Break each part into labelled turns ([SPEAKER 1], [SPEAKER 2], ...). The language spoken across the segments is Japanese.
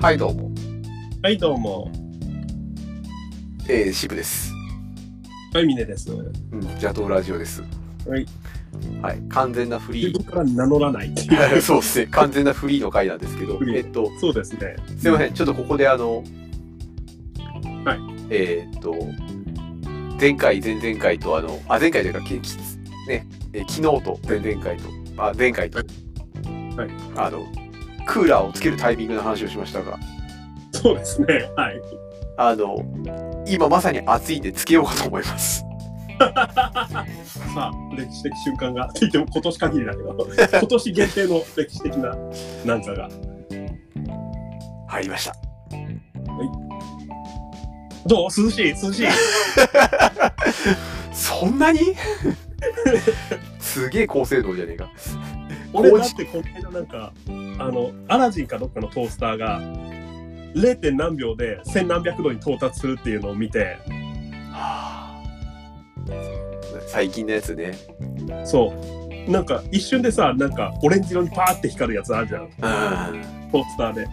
[SPEAKER 1] はい、どうも。
[SPEAKER 2] はい、どうも。
[SPEAKER 1] えー、渋です。
[SPEAKER 2] はい、ミネです。
[SPEAKER 1] うん、ジャトーラジオです。
[SPEAKER 2] はい。
[SPEAKER 1] はい、完全なフ
[SPEAKER 2] 自
[SPEAKER 1] リ
[SPEAKER 2] 分 から名乗らないっていう。
[SPEAKER 1] ー。そうですね、完全なフリーの回なんですけど
[SPEAKER 2] フ、リー
[SPEAKER 1] えっと、
[SPEAKER 2] そうですね。
[SPEAKER 1] すいません、ちょっとここであの、
[SPEAKER 2] はい。
[SPEAKER 1] えーっと、前回、前々回と、あの、あ、前回というか、ききね、えー昨日と前々回と、あ、前回と、
[SPEAKER 2] はい。
[SPEAKER 1] あの、クーラーをつけるタイミングの話をしましたが、
[SPEAKER 2] そうですね。はい。
[SPEAKER 1] あの、今まさに暑いんでつけようかと思います。
[SPEAKER 2] さあ、歴史的瞬間が、って言っても今年限りだけど、今年限定の歴史的ななんかが。
[SPEAKER 1] 入りました。
[SPEAKER 2] どう涼しい涼しい
[SPEAKER 1] そんなにすげえ高精度じゃねえか。
[SPEAKER 2] 俺だってこの間なんか、あの、アラジンかどっかのトースターが、0. 点何秒で千何百度に到達するっていうのを見て、
[SPEAKER 1] 最近のやつね。
[SPEAKER 2] そう。なんか一瞬でさ、なんかオレンジ色にパーって光るやつあるじゃん、
[SPEAKER 1] うん。
[SPEAKER 2] トースターで。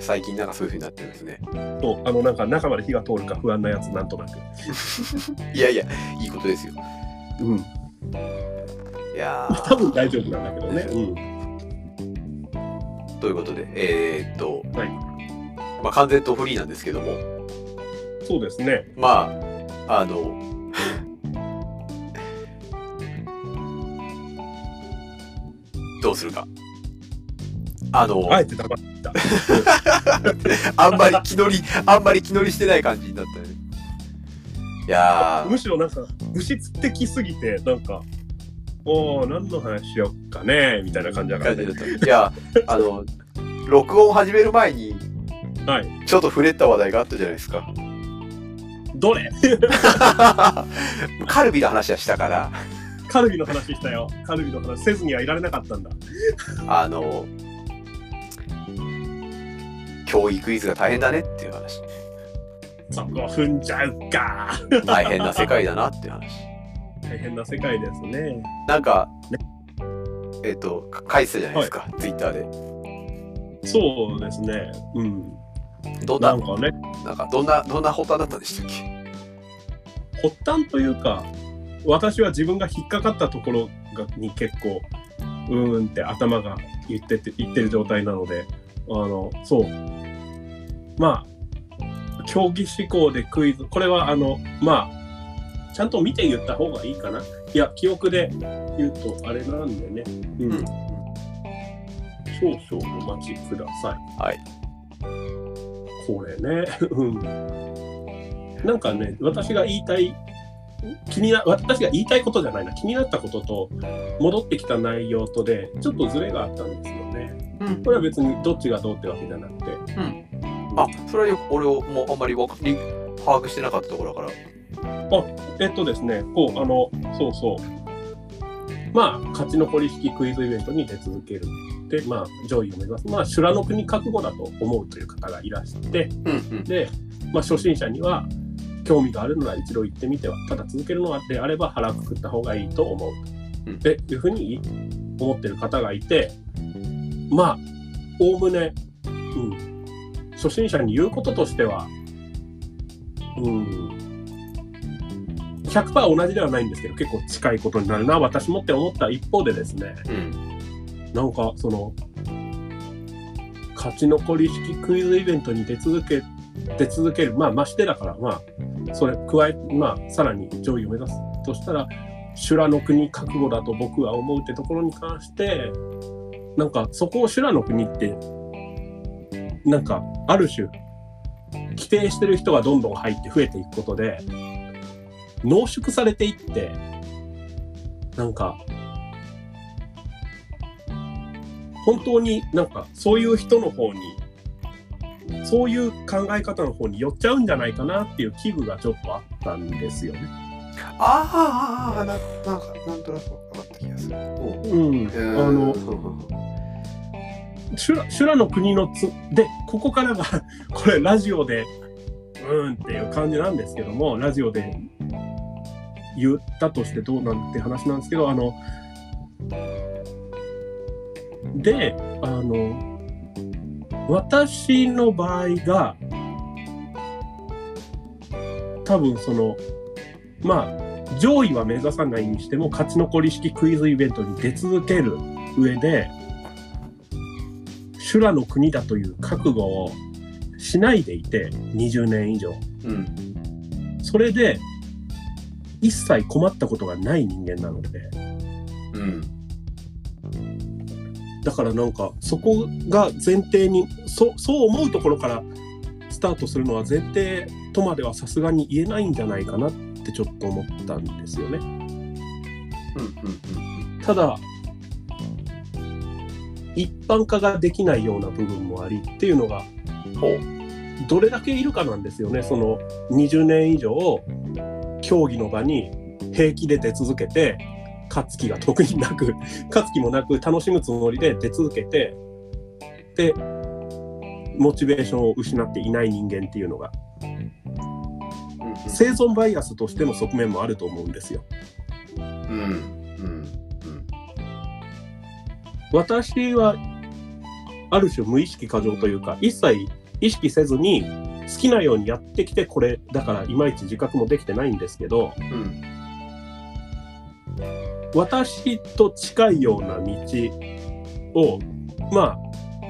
[SPEAKER 1] 最近なんかそういう風になってるんですね。
[SPEAKER 2] そうあのなんか中まで火が通るか不安なやつなんとなく。
[SPEAKER 1] いやいや、いいことですよ。
[SPEAKER 2] うん。
[SPEAKER 1] いやー
[SPEAKER 2] 多分大丈夫なんだけどね。
[SPEAKER 1] ということで、えー、っと、
[SPEAKER 2] はい
[SPEAKER 1] まあ完全とフリーなんですけども、
[SPEAKER 2] うん。そうですね。
[SPEAKER 1] まあ、あの、どうするか。あの、
[SPEAKER 2] あえて黙った。
[SPEAKER 1] あんまり気乗り、あんまり気乗りしてない感じになったよね。いや
[SPEAKER 2] むしろなんか物質的すぎてなんか。おー何の話しよっかねみたいな感じだ
[SPEAKER 1] ー、
[SPEAKER 2] から
[SPEAKER 1] 感
[SPEAKER 2] ね、
[SPEAKER 1] じだった。いや、あの、録音始める前に、
[SPEAKER 2] はい
[SPEAKER 1] ちょっと触れた話題があったじゃないですか。
[SPEAKER 2] どれ
[SPEAKER 1] カルビの話はしたから、
[SPEAKER 2] カルビの話したよカルビの話せずにはいられなかったんだ
[SPEAKER 1] あの、教育イズが大変だねっていう話。
[SPEAKER 2] そこ踏んじゃうか
[SPEAKER 1] 大変な世界だなっていう話。
[SPEAKER 2] 大変な世界ですね
[SPEAKER 1] なんか、えっ、と、書いてたじゃないですか、ツイッターで。
[SPEAKER 2] そうですねうん
[SPEAKER 1] どんな、
[SPEAKER 2] なんかね
[SPEAKER 1] なんか、どんな、どんな発端だったんでしたっけ
[SPEAKER 2] 発端というか私は自分が引っかかったところがに結構うーんって頭が言ってて言ってる状態なのであのそうまあ競技志向でクイズこれはあのまあちゃんと見て言った方がいいかないや記憶で言うとあれなんでねうん、
[SPEAKER 1] うん
[SPEAKER 2] 少々お待ちください
[SPEAKER 1] はい
[SPEAKER 2] これね うんなんかね私が言いたい気にな私が言いたいことじゃないな気になったことと戻ってきた内容とでちょっとズレがあったんですよね
[SPEAKER 1] うん
[SPEAKER 2] これは別にどっちがどうってわけじゃなくて
[SPEAKER 1] あそれはよく俺をもうあんまりわかり把握してなかったところだから
[SPEAKER 2] えっとですねこうあのそうそうまあ勝ち残り式クイズイベントに出続けるでまあ上位を目指すまあ修羅の国覚悟だと思うという方がいらして
[SPEAKER 1] うんうん
[SPEAKER 2] で、まあ、初心者には興味があるなら一度行ってみてはただ続けるのであれば腹くくった方がいいと思う、
[SPEAKER 1] うん
[SPEAKER 2] っていうふうに思ってる方がいてまあおおむね、うん、初心者に言うこととしては、うん、100%同じではないんですけど結構近いことになるな私もって思った一方でですね、
[SPEAKER 1] うん
[SPEAKER 2] なんかその勝ち残り式クイズイベントに出続け出続けるまあましてだからまあそれ加えまあさらに上位を目指すとしたら修羅の国覚悟だと僕は思うってところに関してなんかそこを修羅の国ってなんかある種規定してる人がどんどん入って増えていくことで濃縮されていってなんか本当になんかそういう人の方にそういう考え方の方に寄っちゃうんじゃないかなっていう危惧がちょっとあったんですよね。
[SPEAKER 1] ああなんかなんかなんとなく分かった気がする
[SPEAKER 2] うん、あの修羅修羅の国のつでここからが これラジオでうーんっていう感じなんですけどもラジオで言ったとしてどうなんて話なんですけどあのであの私の場合が多分そのまあ上位は目指さないにしても勝ち残り式クイズイベントに出続ける上で修羅の国だという覚悟をしないでいて20年以上
[SPEAKER 1] うん。
[SPEAKER 2] それで一切困ったことがない人間なので
[SPEAKER 1] うん。
[SPEAKER 2] だからなんかそこが前提にそそう思うところからスタートするのは前提とまではさすがに言えないんじゃないかなってちょっと思ったんですよね。
[SPEAKER 1] うん。
[SPEAKER 2] ただ一般化ができないような部分もありっていうのが
[SPEAKER 1] うん。ほう。
[SPEAKER 2] どれだけいるかなんですよねその20年以上競技の場に平気で出続けて勝つ気が特になく 勝つ気もなく楽しむつもりで出続けてでモチベーションを失っていない人間っていうのが
[SPEAKER 1] うんうん
[SPEAKER 2] 生存バイアスとしての側面もあると思うんですよ。
[SPEAKER 1] うん。うん。うん。
[SPEAKER 2] 私はある種無意識過剰というか一切意識せずに好きなようにやってきてこれだからいまいち自覚もできてないんですけど
[SPEAKER 1] うん。
[SPEAKER 2] 私と近いような道をまあ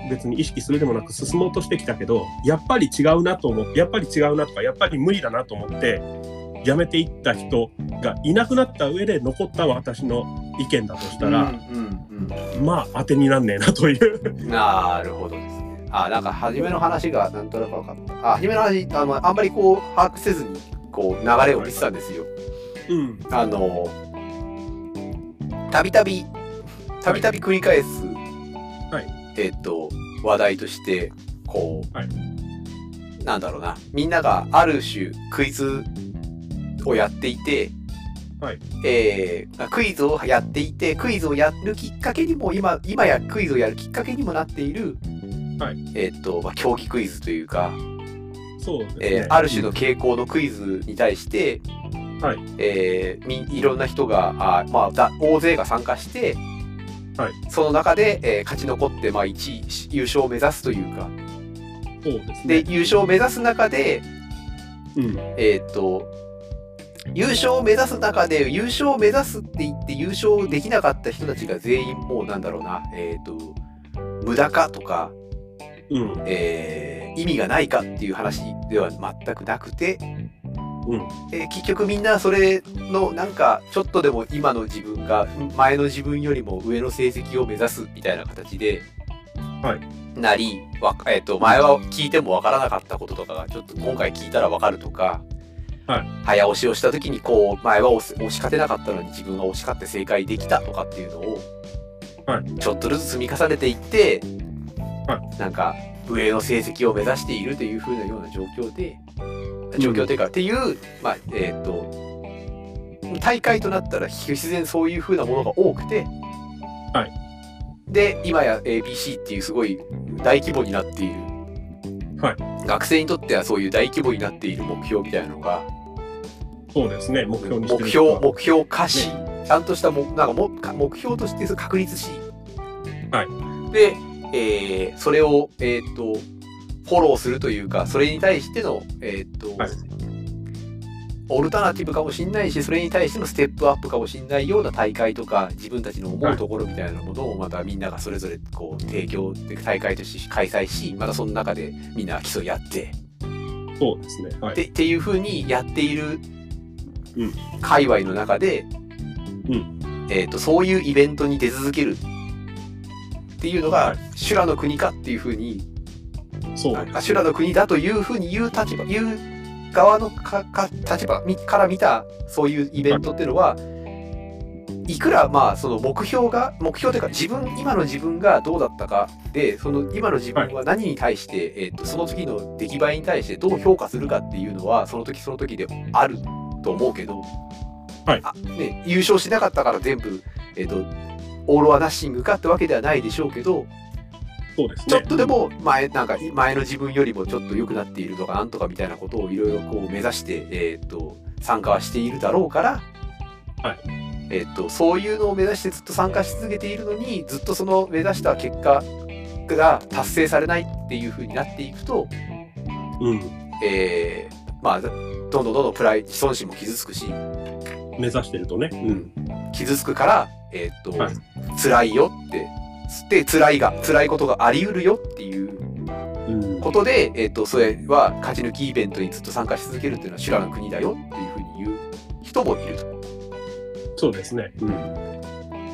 [SPEAKER 2] 別に意識するでもなく進もうとしてきたけどやっぱり違うなと思ってやっぱり違うなとかやっぱり無理だなと思ってやめていった人がいなくなった上で残った私の意見だとしたら、
[SPEAKER 1] うん。
[SPEAKER 2] まあ当てになんねえなという。
[SPEAKER 1] うん。なるほどですね。あ、なんか初めの話がなんとなく分かった。あ、初めの話、あの、あんまりこう把握せずに、こう流れを見てたんですよ。
[SPEAKER 2] うん
[SPEAKER 1] あの、たびたび、たびたび繰り返す、
[SPEAKER 2] はい
[SPEAKER 1] えっ、と、話題として、こう、
[SPEAKER 2] はい
[SPEAKER 1] なんだろうな、みんながある種クイズをやっていて、
[SPEAKER 2] はい
[SPEAKER 1] えークイズをやっていて、クイズをやるきっかけにも、今、今やクイズをやるきっかけにもなっている、
[SPEAKER 2] はい
[SPEAKER 1] えっ、と、まあ、競技クイズというか、
[SPEAKER 2] そうですね
[SPEAKER 1] えーある種の傾向のクイズに対して、
[SPEAKER 2] はい
[SPEAKER 1] えーみいろんな人があー、まあ、だ大勢が参加して、
[SPEAKER 2] はい
[SPEAKER 1] その中で、えー勝ち残って、まあ、1位し優勝を目指すというか
[SPEAKER 2] そうです
[SPEAKER 1] で
[SPEAKER 2] ね。
[SPEAKER 1] 優勝を目指す中で、
[SPEAKER 2] うん、
[SPEAKER 1] えーっと優勝を目指す中で優勝を目指すって言って優勝できなかった人たちが全員もうなんだろうな、えーっと無駄かとか、
[SPEAKER 2] うん、
[SPEAKER 1] えー意味がないかっていう話では全くなくて、
[SPEAKER 2] うん
[SPEAKER 1] えー結局みんなそれのなんかちょっとでも今の自分が前の自分よりも上の成績を目指すみたいな形で、
[SPEAKER 2] は
[SPEAKER 1] なり、わえー、と前は聞いてもわからなかったこととかがちょっと今回聞いたらわかるとか、
[SPEAKER 2] はい
[SPEAKER 1] 早押しをした時にこう前は押す押し勝てなかったのに自分が押し勝って正解できたとかっていうのを、
[SPEAKER 2] は
[SPEAKER 1] ちょっとずつ積み重ねていって、
[SPEAKER 2] は
[SPEAKER 1] なんか上の成績を目指しているというふうなような状況で状況というか、っていう、まあえー、と大会となったら必然そういうふうなものが多くて、
[SPEAKER 2] はい
[SPEAKER 1] で今や ABC っていうすごい大規模になっている、
[SPEAKER 2] は
[SPEAKER 1] 学生にとってはそういう大規模になっている目標みたいなのが
[SPEAKER 2] そうですね。目標にしてる
[SPEAKER 1] 目
[SPEAKER 2] 人
[SPEAKER 1] 標
[SPEAKER 2] は
[SPEAKER 1] 目標化し、ちゃんとしたもなんかもか目標として確立し、
[SPEAKER 2] は
[SPEAKER 1] で、えーそれを、えー、とフォローするというかそれに対しての、えーと
[SPEAKER 2] はい
[SPEAKER 1] オルタナティブかもしんないしそれに対してのステップアップかもしんないような大会とか自分たちの思うところみたいなものをまたみんながそれぞれこう提供で大会として開催しまたその中でみんな競い合って。
[SPEAKER 2] そうですね。は
[SPEAKER 1] っ
[SPEAKER 2] い。
[SPEAKER 1] てっていうふうにやっている
[SPEAKER 2] うん
[SPEAKER 1] 界隈の中で、
[SPEAKER 2] う
[SPEAKER 1] えー、とそういうイベントに出続けるっていうの
[SPEAKER 2] は
[SPEAKER 1] が
[SPEAKER 2] い
[SPEAKER 1] 修羅の国かっていうふうに
[SPEAKER 2] そう
[SPEAKER 1] あ修羅の国だというふうに言う立場言う側のかか立場みから見たそういうイベントっていうのは、い、くらまあその目標が目標というか自分今の自分がどうだったかでその今の自分は何に対して、えー、とその時の出来栄えに対してどう評価するかっていうのはその時その時であると思うけど、
[SPEAKER 2] はい
[SPEAKER 1] あね、優勝しなかったから全部、えー、とオール・ア・ナッシングかってわけではないでしょうけど、
[SPEAKER 2] そうです
[SPEAKER 1] ちょっ
[SPEAKER 2] ね。
[SPEAKER 1] とでも前なんか前の自分よりもちょっと良くなっているとかなんとかみたいなことをいろいろこう目指して、えー、と参加はしているだろうから、
[SPEAKER 2] はい
[SPEAKER 1] えー、とそういうのを目指してずっと参加し続けているのにずっとその目指した結果が達成されないっていう風になっていくと、
[SPEAKER 2] うん、
[SPEAKER 1] えーまあどんどんどんどんプライ自尊心も傷つくし
[SPEAKER 2] 目指してるとね。うん。
[SPEAKER 1] 傷つくから、えーっと
[SPEAKER 2] はい
[SPEAKER 1] 辛いよってつって辛いが辛いことがあり得るよっていう
[SPEAKER 2] うん。
[SPEAKER 1] ことで、えーっとそれは勝ち抜きイベントにずっと参加し続けるっていうのは修羅の国だよっていう風に言う人もいると。
[SPEAKER 2] そうですね。う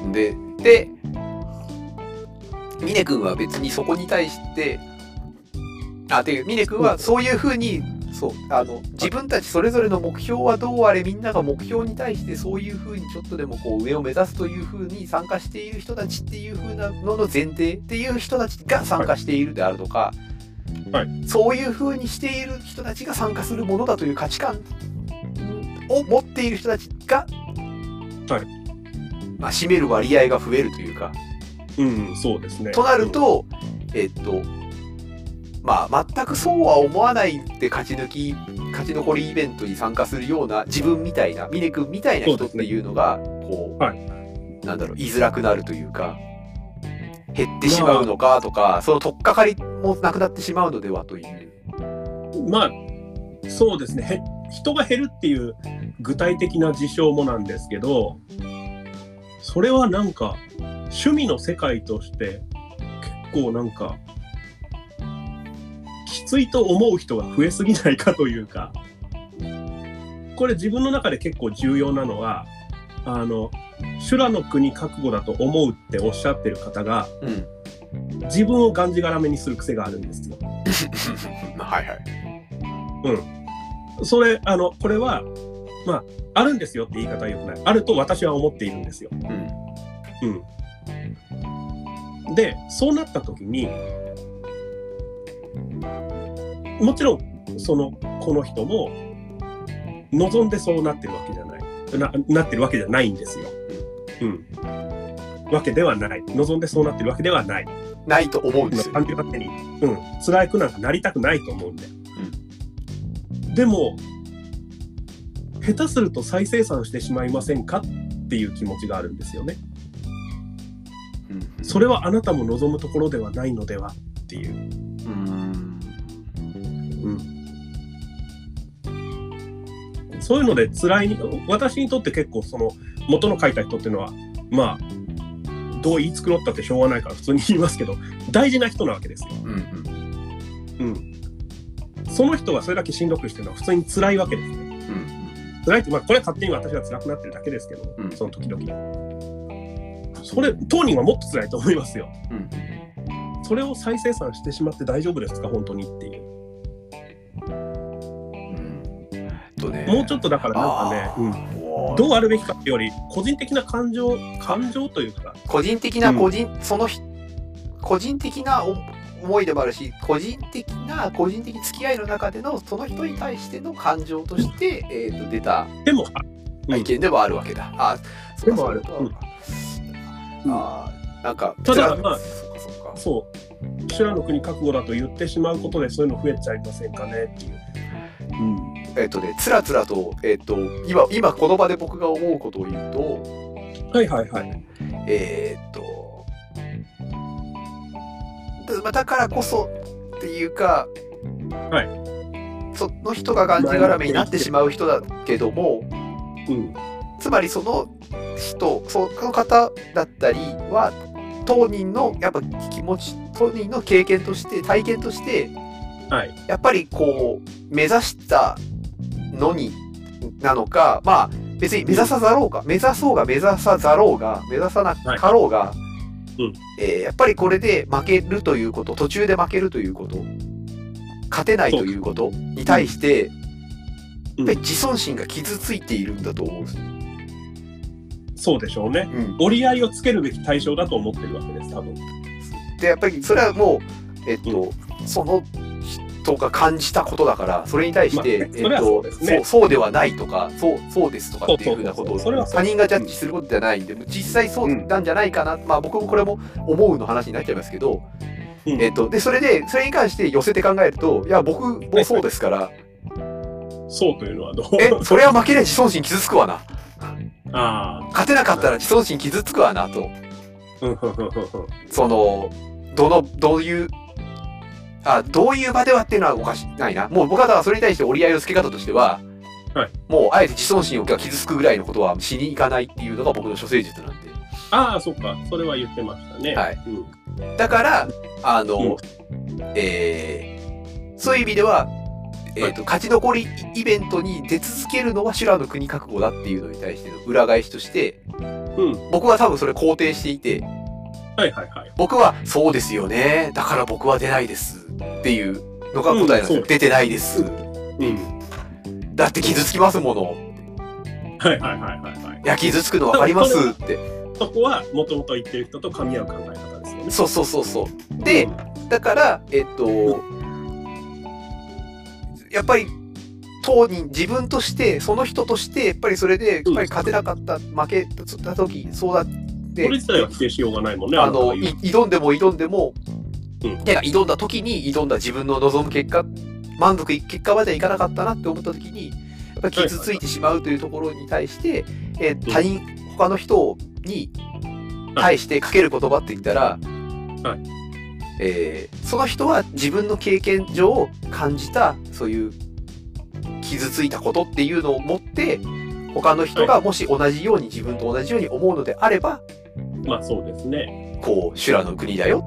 [SPEAKER 2] ん。
[SPEAKER 1] でで峰君は別にそこに対してあっていう峰君はそういうふうにそうあの自分たちそれぞれの目標はどうあれみんなが目標に対してそういうふうにちょっとでもこう上を目指すというふうに参加している人たちっていうふうなのの前提っていう人たちが参加しているであるとか、
[SPEAKER 2] は
[SPEAKER 1] そういうふうにしている人たちが参加するものだという価値観を持っている人たちが、
[SPEAKER 2] はい
[SPEAKER 1] まあ、占める割合が増えるというか。
[SPEAKER 2] うん、そうですね。
[SPEAKER 1] となると、えっと、まあ、全くそうは思わないって勝ち抜き、勝ち残りイベントに参加するような自分みたいな、峰君みたいな人っていうのが、こう、
[SPEAKER 2] は
[SPEAKER 1] なんだろう、言いづらくなるというか、減ってしまうのかとか、その取っかかりもなくなってしまうのではという。
[SPEAKER 2] うん、まあ、そうですね。へ人が減るっていう具体的な事象もなんですけど、それはなんか、趣味の世界として、結構なんか、きついと思う人が増えすぎないかというか、これ自分の中で結構重要なのは、あの、修羅の国覚悟だと思うっておっしゃってる方が、
[SPEAKER 1] うん。
[SPEAKER 2] 自分をがんじがらめにする癖があるんですよ。
[SPEAKER 1] はいはい。
[SPEAKER 2] それ、あの、これは、まあ、あるんですよって言い方はよくない。あると私は思っているんですよ。
[SPEAKER 1] うん。
[SPEAKER 2] うん。で、そうなった時に、もちろん、その、この人も、望んでそうなってるわけじゃない。ななってるわけじゃないんですよ。うん。わけではない。望んでそうなってるわけではない。
[SPEAKER 1] ないと思うんですよ。
[SPEAKER 2] 感じ勝手に、うん、辛くなんかなりたくないと思うんで、でも下手すると再生産してしまいませんかっていう気持ちがあるんですよね
[SPEAKER 1] うん
[SPEAKER 2] それはあなたも望むところではないのではっていう、
[SPEAKER 1] うん。
[SPEAKER 2] うん、そういうので辛いに私にとって結構その元の書いた人っていうのはまあどう言い繕ったってしょうがないから普通に言いますけど大事な人なわけですよ
[SPEAKER 1] うんうん。
[SPEAKER 2] うん、その人がそれだけしんどくしてるのは普通に辛いわけですね。
[SPEAKER 1] うん。
[SPEAKER 2] 辛いって、まあ、これは勝手に私が辛くなってるだけですけど、
[SPEAKER 1] うん
[SPEAKER 2] その時々。それ、当人はもっと辛いと思いますよ。
[SPEAKER 1] うん。
[SPEAKER 2] それを再生産してしまって大丈夫ですか、本当にっていう。
[SPEAKER 1] うん。とね。
[SPEAKER 2] もうちょっとだからなんかね、うん、どうあるべきかっていうより、個人的な感情、感情というか、
[SPEAKER 1] 個人的な個人、その人個人的なお思いでもあるし個人的な個人的付き合いの中でのその人に対しての感情として、えー、と出た
[SPEAKER 2] でも、うん
[SPEAKER 1] 意見ではあるわけだ。あそうか
[SPEAKER 2] でも
[SPEAKER 1] そ
[SPEAKER 2] あ
[SPEAKER 1] う
[SPEAKER 2] る
[SPEAKER 1] か
[SPEAKER 2] うん
[SPEAKER 1] あーなんか
[SPEAKER 2] ただまあ
[SPEAKER 1] そうかそうか
[SPEAKER 2] そう、修羅の国覚悟だと言ってしまうことで、そういうの増えちゃいませんかねっていう。うん、
[SPEAKER 1] えっ、とねつらつらと,、えっと今今この場で僕が思うことを言うと
[SPEAKER 2] はいはいはい。
[SPEAKER 1] えーっとだまあだからこそっていうか、
[SPEAKER 2] は
[SPEAKER 1] その人ががんじがらめになってしまう人だけども
[SPEAKER 2] うん、
[SPEAKER 1] つまりその人その方だったりは当人のやっぱ気持ち当人の経験として体験として
[SPEAKER 2] はい。
[SPEAKER 1] やっぱりこう目指したのになのかまあ別に目指さざろうが目指そうが目指さざろうが目指さなかろうが、
[SPEAKER 2] うん
[SPEAKER 1] えーやっぱりこれで負けるということ途中で負けるということ勝てないということに対して、
[SPEAKER 2] うん
[SPEAKER 1] やっぱり自尊心が傷ついているんだと思うんですよ。
[SPEAKER 2] そうでしょうね。
[SPEAKER 1] うん
[SPEAKER 2] 折り合いをつけるべき対象だと思ってるわけです、多分。
[SPEAKER 1] でやっぱりそれはもう、えっとその人が感じたことだからそれに対して、
[SPEAKER 2] まあね
[SPEAKER 1] え
[SPEAKER 2] それ
[SPEAKER 1] っ
[SPEAKER 2] は
[SPEAKER 1] と
[SPEAKER 2] そうですね
[SPEAKER 1] そうそうではないとかそうそうですとかっていうふうなことを
[SPEAKER 2] そうそうそうそうそれはそう
[SPEAKER 1] 他人がジャッジすることじゃないんで実際そうなんじゃないかな、まあ僕もこれも思うの話になっちゃいますけど、
[SPEAKER 2] うん
[SPEAKER 1] えっとでそれでそれに関して寄せて考えるといや僕もそうですから、
[SPEAKER 2] そうというのはどう
[SPEAKER 1] えそれは負けりゃ自尊心傷つくわな
[SPEAKER 2] ああ。
[SPEAKER 1] 勝てなかったら自尊心傷つくわなと
[SPEAKER 2] うんうんうんうんうん
[SPEAKER 1] そのどのどういうあどういう場ではっていうのはおかしないなもう僕はだからそれに対して折り合いのつけ方としては、
[SPEAKER 2] はい
[SPEAKER 1] もうあえて自尊心が傷つくぐらいのことはしに行かないっていうのが僕の処世術なんで
[SPEAKER 2] ああ、そっか。それは言ってましたね。
[SPEAKER 1] はい
[SPEAKER 2] うん
[SPEAKER 1] だからあの、えーそういう意味では、えーと勝ち残りイベントに出続けるのは修羅の国覚悟だっていうのに対しての裏返しとして
[SPEAKER 2] うん。
[SPEAKER 1] 僕は多分それ肯定していて
[SPEAKER 2] はいはいはい。
[SPEAKER 1] 僕は「そうですよねだから僕は出ないです」っていうのが答えなんですよ、
[SPEAKER 2] うんそう
[SPEAKER 1] 出てないです
[SPEAKER 2] うん。
[SPEAKER 1] だって傷つきますもの
[SPEAKER 2] はいはいはいはいはい
[SPEAKER 1] い。や傷つくの分かりますって
[SPEAKER 2] そこは、もともと言ってる人と噛み合う考え方ですよね。
[SPEAKER 1] そうそうそうそうでだからえっとやっぱり当人自分としてその人としてやっぱりそれでやっぱり勝てなかった負けた時そうだって
[SPEAKER 2] これ自体は否定しようがないもんね。
[SPEAKER 1] あ
[SPEAKER 2] なたが
[SPEAKER 1] の
[SPEAKER 2] 言
[SPEAKER 1] いう挑んでも挑んでも、
[SPEAKER 2] うん
[SPEAKER 1] てか挑んだ時に挑んだ自分の望む結果満足いく結果まではいかなかったなって思った時にやっぱり傷ついてしまうというところに対して、えー他人他の人に対してかける言葉って言ったら、
[SPEAKER 2] はい
[SPEAKER 1] えーその人は自分の経験上感じたそういう傷ついたことっていうのを持って他の人がもし同じように自分と同じように思うのであれば、
[SPEAKER 2] まあそうですね。
[SPEAKER 1] こう修羅の国だよ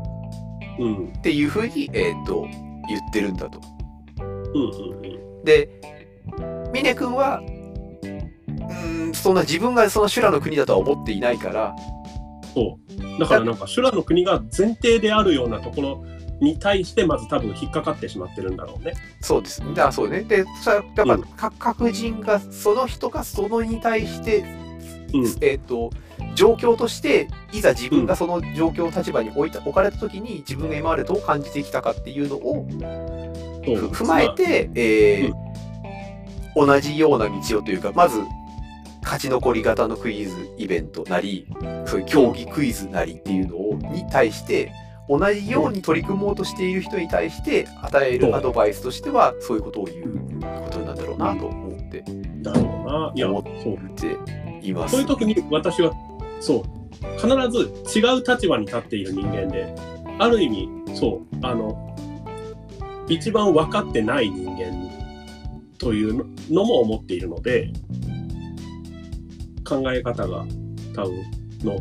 [SPEAKER 2] うん。
[SPEAKER 1] っていうふうに、えー、と言ってるんだと。
[SPEAKER 2] うんうんうん。
[SPEAKER 1] で峰君はうーんそんな自分がその修羅の国だとは思っていないから
[SPEAKER 2] そう。だからなんか修羅の国が前提であるようなところに対して、まず多分引っかかってしまってるんだろうね。
[SPEAKER 1] そうですねだからそうねでそしたらだから、
[SPEAKER 2] うん
[SPEAKER 1] か各人がその人がそのに対して、
[SPEAKER 2] うん。
[SPEAKER 1] えー、と状況としていざ自分がその状況立場に置いた置かれた時に自分が今までどう感じてきたかっていうのを
[SPEAKER 2] そう。
[SPEAKER 1] 踏まえて、えー同じような道をというかまず勝ち残り型のクイズイベントなりそういう競技クイズなりっていうのをに対して同じように取り組もうとしている人に対して与え
[SPEAKER 2] う
[SPEAKER 1] る
[SPEAKER 2] ん
[SPEAKER 1] アドバイスとしてはそういうことを言うことなんだろうなと思って
[SPEAKER 2] まあ。だろうな。いや、そう。
[SPEAKER 1] 見ています
[SPEAKER 2] そういう。時に私はそう必ず違う立場に立っている人間である意味そうあの一番分かってない人間というのも思っているので考え方が多分の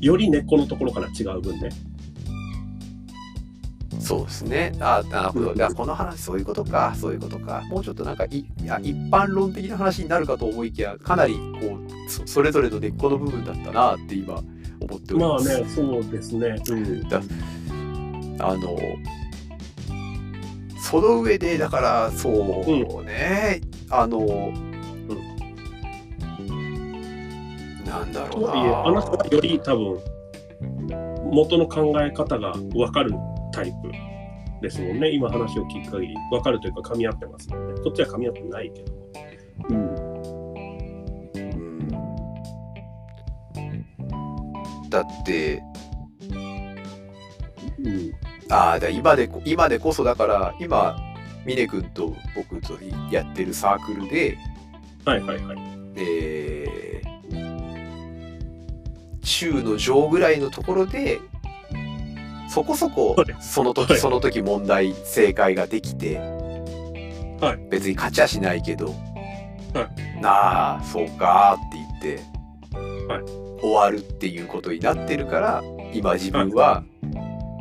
[SPEAKER 2] より根っこのところから違う分ね
[SPEAKER 1] そうですね。あなるほど。
[SPEAKER 2] うん
[SPEAKER 1] じゃあこの話、そういうことか、そういうことか。もうちょっとなんかいいや一般論的な話になるかと思いきや、かなりこうそそれぞれの根っこの部分だったなって今思っており
[SPEAKER 2] ま
[SPEAKER 1] ま
[SPEAKER 2] あ
[SPEAKER 1] す。
[SPEAKER 2] ねそうですねうん
[SPEAKER 1] だあの、その上で、だから、そうね、あの、なんだろ
[SPEAKER 2] と
[SPEAKER 1] うな。
[SPEAKER 2] はいえあなたはより多分元の考え方が分かるタイプですもんね今話を聞く限り分かるというか噛み合ってますもんねこっちは噛み合ってないけど、うん、
[SPEAKER 1] うんだって、
[SPEAKER 2] うん、
[SPEAKER 1] ああ、だから今でこ、今でこそだから、今、峰君と僕とやってるサークルで、
[SPEAKER 2] はいはいはい
[SPEAKER 1] えー中の上ぐらいのところで、そこそこ
[SPEAKER 2] はい、
[SPEAKER 1] その
[SPEAKER 2] は
[SPEAKER 1] 時、
[SPEAKER 2] い
[SPEAKER 1] その時問題、正解ができて
[SPEAKER 2] は、
[SPEAKER 1] 別に勝ちはしないけど、なあ、そうかーって言って、
[SPEAKER 2] は
[SPEAKER 1] 終わるっていうことになってるから、今自分は、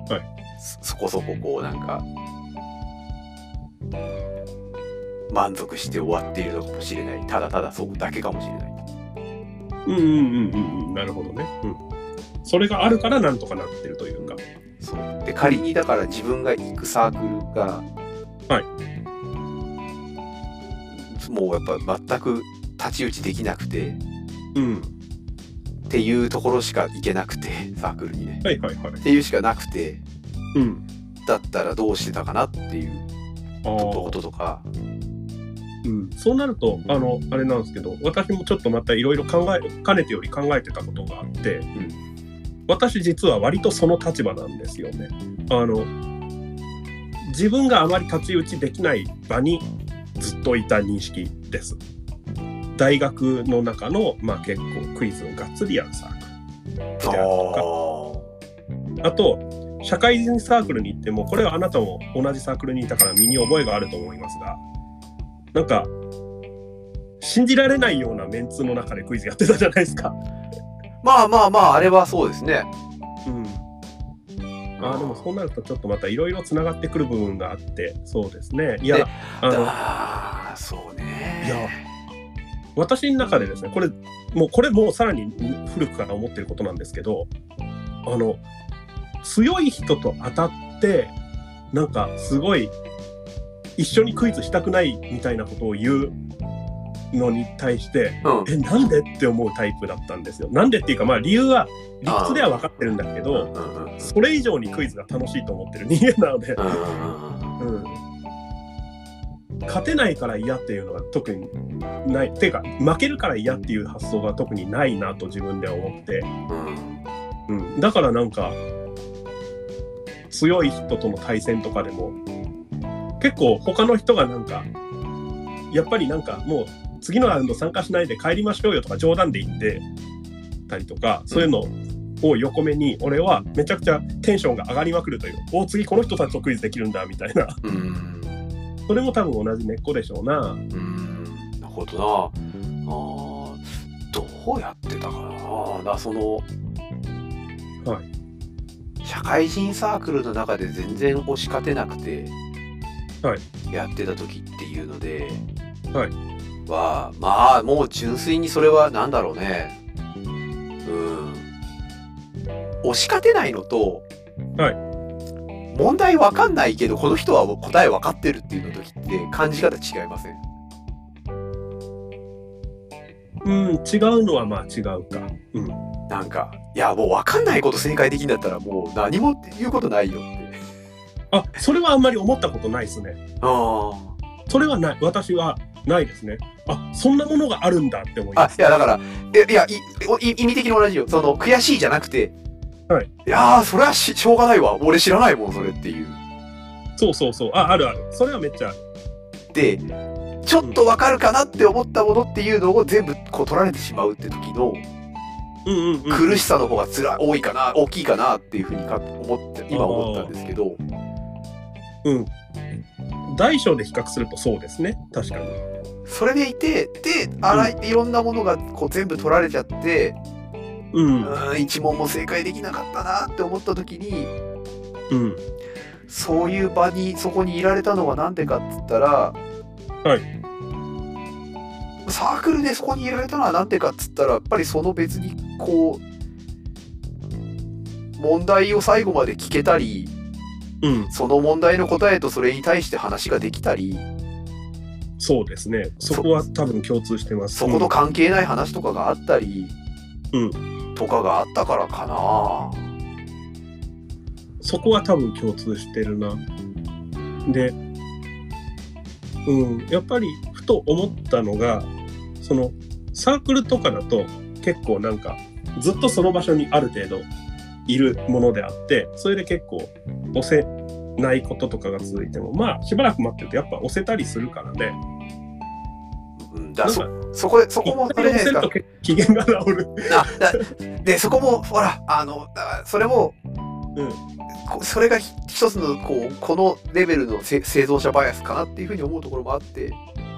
[SPEAKER 2] いはい
[SPEAKER 1] そそこそここうなんか、満足して終わっているのかもしれない。ただただそうだけかもしれない。
[SPEAKER 2] うんうんうんうんうんなるほどね、うん、それがあるからなんとかなってるというか
[SPEAKER 1] そうで仮にだから自分が行くサークルが、
[SPEAKER 2] は
[SPEAKER 1] もうやっぱ全く太刀打ちできなくて
[SPEAKER 2] うん
[SPEAKER 1] っていうところしか行けなくてサークルにね
[SPEAKER 2] はいはいはい
[SPEAKER 1] っていうしかなくて
[SPEAKER 2] うん
[SPEAKER 1] だったらどうしてたかなっていう
[SPEAKER 2] あ
[SPEAKER 1] こ
[SPEAKER 2] ー
[SPEAKER 1] ととか
[SPEAKER 2] うん、そうなるとあのあれなんですけど私もちょっとまたいろいろ考えかねてより考えてたことがあって、
[SPEAKER 1] ん
[SPEAKER 2] 私実は割とその立場なんですよね。あの自分があまり太刀打ちできない場にずっといた認識です。大学の中の、まあ、結構クイズをがっつりやるサークル
[SPEAKER 1] あー
[SPEAKER 2] あと社会人サークルに行ってもこれはあなたも同じサークルにいたから身に覚えがあると思いますがなんか信じられないようなメンツの中でクイズやってたじゃないですか。
[SPEAKER 1] まあまあまあ、あれはそうですね。
[SPEAKER 2] うん、あーでもそうなるとちょっとまたいろいろつながってくる部分があってそうですねいや
[SPEAKER 1] ね
[SPEAKER 2] あの
[SPEAKER 1] ああ、そうね。
[SPEAKER 2] いや私の中でですねこれもうこれもうさらに古くから思ってることなんですけどあの強い人と当たってなんかすごい一緒にクイズしたくないみたいなことを言うのに対して
[SPEAKER 1] うん。
[SPEAKER 2] えなんでって思うタイプだったんですよ。なんでっていうかまあ理由は理屈では分かってるんだけ
[SPEAKER 1] うん
[SPEAKER 2] ど
[SPEAKER 1] うんうんうん
[SPEAKER 2] それ以上にクイズが楽しいと思ってる人間なので。うん、勝てないから嫌っていうのが特にないっていうか負けるから嫌っていう発想が特にないなと自分では思って、
[SPEAKER 1] うん
[SPEAKER 2] うん、だからなんか強い人との対戦とかでも結構他の人がなんかやっぱりなんかもう次のラウンド参加しないで帰りましょうよとか冗談で言ってたりとかそういうのを横目に俺はめちゃくちゃテンションが上がりまくるというお次この人たちとクイズできるんだみたいな
[SPEAKER 1] うん
[SPEAKER 2] それも多分同じ根っこでしょうな。
[SPEAKER 1] うーんなるほどな。あーどうやってたかな。だからその、
[SPEAKER 2] は
[SPEAKER 1] 社会人サークルの中で全然押し勝てなくて、
[SPEAKER 2] はい
[SPEAKER 1] やってた時っていうので、
[SPEAKER 2] はい
[SPEAKER 1] はまあもう純粋にそれは何だろうね。うん。押し勝てないのと、
[SPEAKER 2] は
[SPEAKER 1] 問題わかんないけどこの人は答えわかってるっていうの時って感じ方違いません
[SPEAKER 2] うん、違うのはまあ違うか。うん。
[SPEAKER 1] なんか、いや、もう分かんないこと正解できんだったら、もう何も言うことないよって。
[SPEAKER 2] あ、それはあんまり思ったことないですね。
[SPEAKER 1] あ
[SPEAKER 2] それはない。私はないですね。あ、そんなものがあるんだって思い
[SPEAKER 1] あ
[SPEAKER 2] ま。す。
[SPEAKER 1] いや、だから、えいや、いおい意味的に同じよ。その、悔しいじゃなくて、
[SPEAKER 2] はい
[SPEAKER 1] いやー、それはししょうがないわ。俺知らないもん、それっていう。
[SPEAKER 2] そうそうそう。あ、あるある。それはめっちゃある。
[SPEAKER 1] で、ちょっと分かるかなって思ったものっていうのを全部こう取られてしまうって時の
[SPEAKER 2] うんうんうん。
[SPEAKER 1] 苦しさの方がつら多いかな、大きいかなっていうふうにか思って、今思ったんですけど、
[SPEAKER 2] 大小で比較するとそうですね。確かに。
[SPEAKER 1] それでいて、で、あら、いろんなものがこう全部取られちゃって、
[SPEAKER 2] うん。
[SPEAKER 1] うーん一問も正解できなかったなって思った時に
[SPEAKER 2] うん。
[SPEAKER 1] そういう場にそこにいられたのは何でかっつったら、
[SPEAKER 2] は
[SPEAKER 1] サークルでそこにいられたのは何でかっつったらやっぱりその別にこう問題を最後まで聞けたり
[SPEAKER 2] うん。
[SPEAKER 1] その問題の答えとそれに対して話ができたり
[SPEAKER 2] そうですね。そこは多分共通してます。
[SPEAKER 1] そこの関係ない話とかがあったり、
[SPEAKER 2] う
[SPEAKER 1] とかがあったからかな。
[SPEAKER 2] そこは多分共通してるな。で、うん、やっぱりふと思ったのが、そのサークルとかだと結構なんかずっとその場所にある程度いるものであって、それで結構押せないこととかが続いても、まあしばらく待ってるとやっぱ押せたりするからね。
[SPEAKER 1] うんだ
[SPEAKER 2] なん
[SPEAKER 1] そ
[SPEAKER 2] か
[SPEAKER 1] そこでそこ
[SPEAKER 2] 一
[SPEAKER 1] もあ
[SPEAKER 2] 回
[SPEAKER 1] れじゃ
[SPEAKER 2] 押
[SPEAKER 1] ないですか
[SPEAKER 2] せると結構機嫌が治る。
[SPEAKER 1] あだでそこもほらあのだそれも、
[SPEAKER 2] うん
[SPEAKER 1] こそれがひ一つのこうこのレベルのせ生存者バイアスかなっていうふうに思うところもあって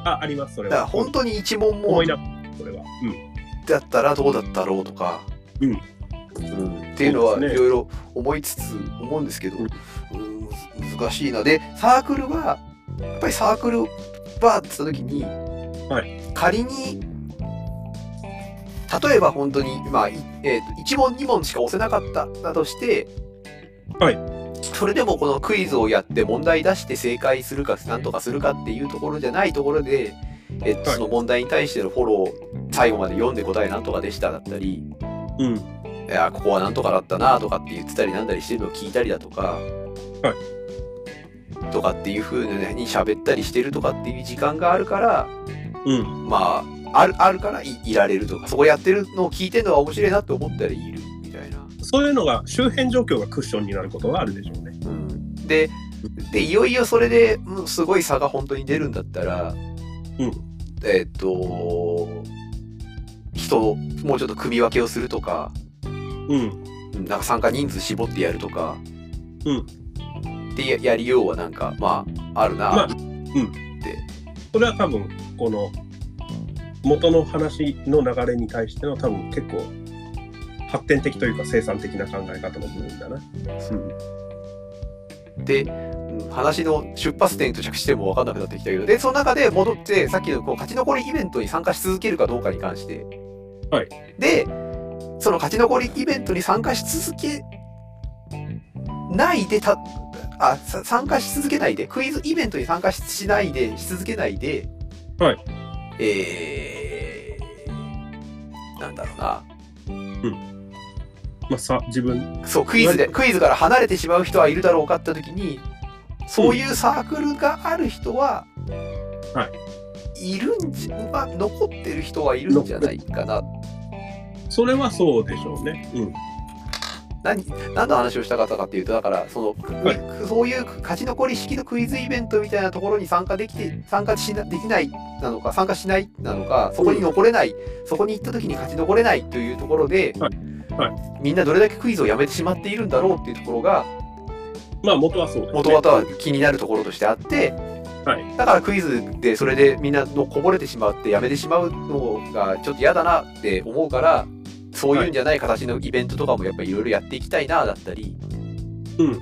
[SPEAKER 2] あ、あります、それ
[SPEAKER 1] だから
[SPEAKER 2] は。
[SPEAKER 1] 本当に一問も
[SPEAKER 2] 思い出す、それは。うん。
[SPEAKER 1] だったらどうだったろうとか、
[SPEAKER 2] うん
[SPEAKER 1] うんっていうのは
[SPEAKER 2] そう
[SPEAKER 1] い
[SPEAKER 2] ですね
[SPEAKER 1] ろいろ思いつつ思うんですけど、
[SPEAKER 2] うん
[SPEAKER 1] うん難しいなでサークルはやっぱりサークルバーって言った時に、
[SPEAKER 2] は
[SPEAKER 1] 仮に例えば本当に、まあいえーと1問2問しか押せなかっただとして、
[SPEAKER 2] はい
[SPEAKER 1] それでもこのクイズをやって問題出して正解するかなんとかするかっていうところじゃないところで、えっと
[SPEAKER 2] はい
[SPEAKER 1] その問題に対してのフォロー最後まで読んで答えなんとかでしただったり
[SPEAKER 2] うん。
[SPEAKER 1] いやここはなんとかだったなとかって言ってたりなんだりしてるのを聞いたりだとか、
[SPEAKER 2] は
[SPEAKER 1] とかっていう風に喋ったりしてるとかっていう時間があるから
[SPEAKER 2] うん。
[SPEAKER 1] まああるあるからいいられるとかそこやってるのを聞いてるのが面白いなって思ったらいるみたいな。
[SPEAKER 2] そういうのが、周辺状況がクッションになることがあるでしょうね。
[SPEAKER 1] うんででいよいよそれでうんすごい差が本当に出るんだったら、
[SPEAKER 2] うん
[SPEAKER 1] えーっ、と人をもうちょっと組み分けをするとか
[SPEAKER 2] うん。
[SPEAKER 1] うんなんか参加人数絞ってやるとか
[SPEAKER 2] うん
[SPEAKER 1] ってややりようはなんかまああるな、
[SPEAKER 2] まあそれは多分この元の話の流れに対しての多分結構発展的というか生産的な考え方の部分だな。
[SPEAKER 1] でうん話の出発点と着地点も分かんなくなってきたけどでその中で戻ってさっきのこう勝ち残りイベントに参加し続けるかどうかに関して、
[SPEAKER 2] はい
[SPEAKER 1] でその勝ち残りイベントに参加し続けないでたあさ参加し続けないでクイズイベントに参加ししないでし続けないで、
[SPEAKER 2] はい
[SPEAKER 1] えー、なんだろうな
[SPEAKER 2] まあ、さ自分
[SPEAKER 1] そうクイズでクイズから離れてしまう人はいるだろうかって時にそういうサークルがある人は、、
[SPEAKER 2] はい
[SPEAKER 1] るんじまあ残ってる人はいるんじゃないかな
[SPEAKER 2] それはそうでしょうね。うん、
[SPEAKER 1] 何何の話をしたかったかっていうとだからその、
[SPEAKER 2] はい
[SPEAKER 1] そういう勝ち残り式のクイズイベントみたいなところに参加できて参加しなできないなのか参加しないなのかそこに残れない、そこに行った時に勝ち残れないというところで、
[SPEAKER 2] はいは
[SPEAKER 1] みんなどれだけクイズをやめてしまっているんだろうっていうところが
[SPEAKER 2] まあ元はそうです、ね。
[SPEAKER 1] 元々は気になるところとしてあって、
[SPEAKER 2] はい
[SPEAKER 1] だからクイズでそれでみんなのこぼれてしまってやめてしまうのがちょっと嫌だなって思うからそういうんじゃない形のイベントとかもやっぱりいろいろやっていきたいなだったり、
[SPEAKER 2] うん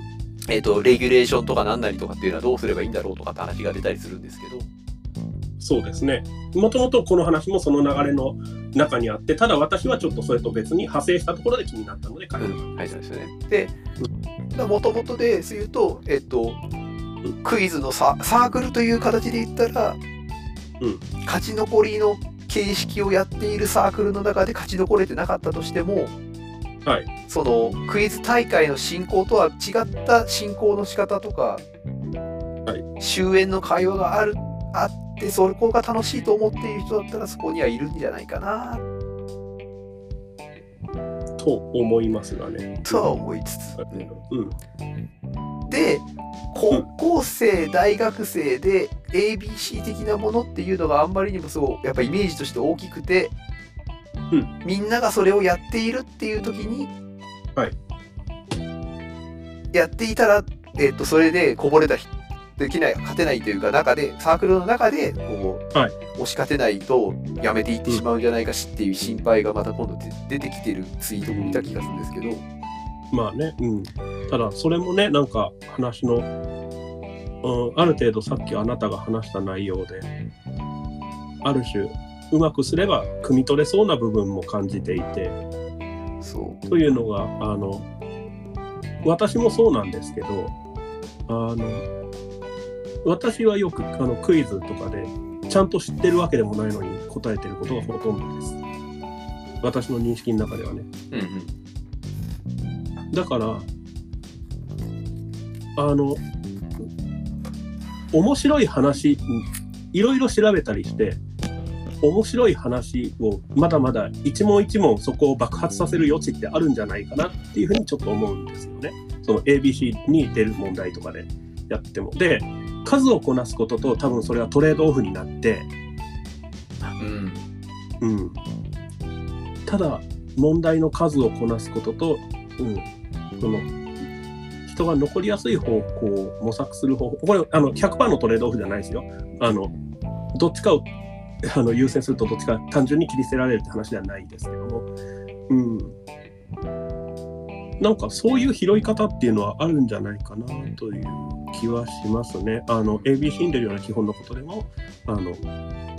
[SPEAKER 1] えー、とレギュレーションとかなんなりとかっていうのはどうすればいいんだろうとかって話が出たりするんですけど
[SPEAKER 2] そうですね。もともとこの話もその流れの中にあって、ただ私はちょっとそれと別に派生したところで気になったので書いて
[SPEAKER 1] はい、そうですよね。で、もともとです言うと、えっと、クイズのササークルという形で言ったら、
[SPEAKER 2] うん
[SPEAKER 1] 勝ち残りの形式をやっているサークルの中で勝ち残れてなかったとしても、
[SPEAKER 2] はい
[SPEAKER 1] そのクイズ大会の進行とは違った進行の仕方とか、
[SPEAKER 2] は
[SPEAKER 1] 終焉の会話があるあってそこが楽しいと思っている人だったらそこにはいるんじゃないかな
[SPEAKER 2] と思いますがね。
[SPEAKER 1] とは思いつつ。
[SPEAKER 2] うん、
[SPEAKER 1] で高校生大学生で ABC 的なものっていうのがあんまりにもすごいやっぱイメージとして大きくて、
[SPEAKER 2] うん
[SPEAKER 1] みんながそれをやっているっていう時に、
[SPEAKER 2] はい
[SPEAKER 1] やっていたら、えっとそれでこぼれた人できない勝てないというか中でサークルの中でこう、
[SPEAKER 2] はい
[SPEAKER 1] 押し勝てないとやめていってしまうんじゃないかしっていう心配がまた今度出てきてるツイートも見た気がするんですけど。
[SPEAKER 2] まあね、うん、ただそれもねなんか話の、うん、ある程度さっきあなたが話した内容である種うまくすれば汲み取れそうな部分も感じていて
[SPEAKER 1] そう
[SPEAKER 2] というのがあの私もそうなんですけどあの私はよくあのクイズとかでちゃんと知ってるわけでもないのに答えてることがほとんどです私の認識の中ではね
[SPEAKER 1] うんうん
[SPEAKER 2] だからあの面白い話いろいろ調べたりして面白い話をまだまだ一問一問そこを爆発させる余地ってあるんじゃないかなっていうふうにちょっと思うんですよね。その ABC に出る問題とかでやっても。で数をこなすことと多分それはトレードオフになって、
[SPEAKER 1] うん
[SPEAKER 2] うん、ただ問題の数をこなすことと、うん、その人が残りやすい方向を模索する方法これあの100%のトレードオフじゃないですよあのどっちかをあの優先するとどっちか単純に切り捨てられるって話ではないですけども、うん、なんかそういう拾い方っていうのはあるんじゃないかなという気はしますね。あの ABC に出るような基本のことでもあの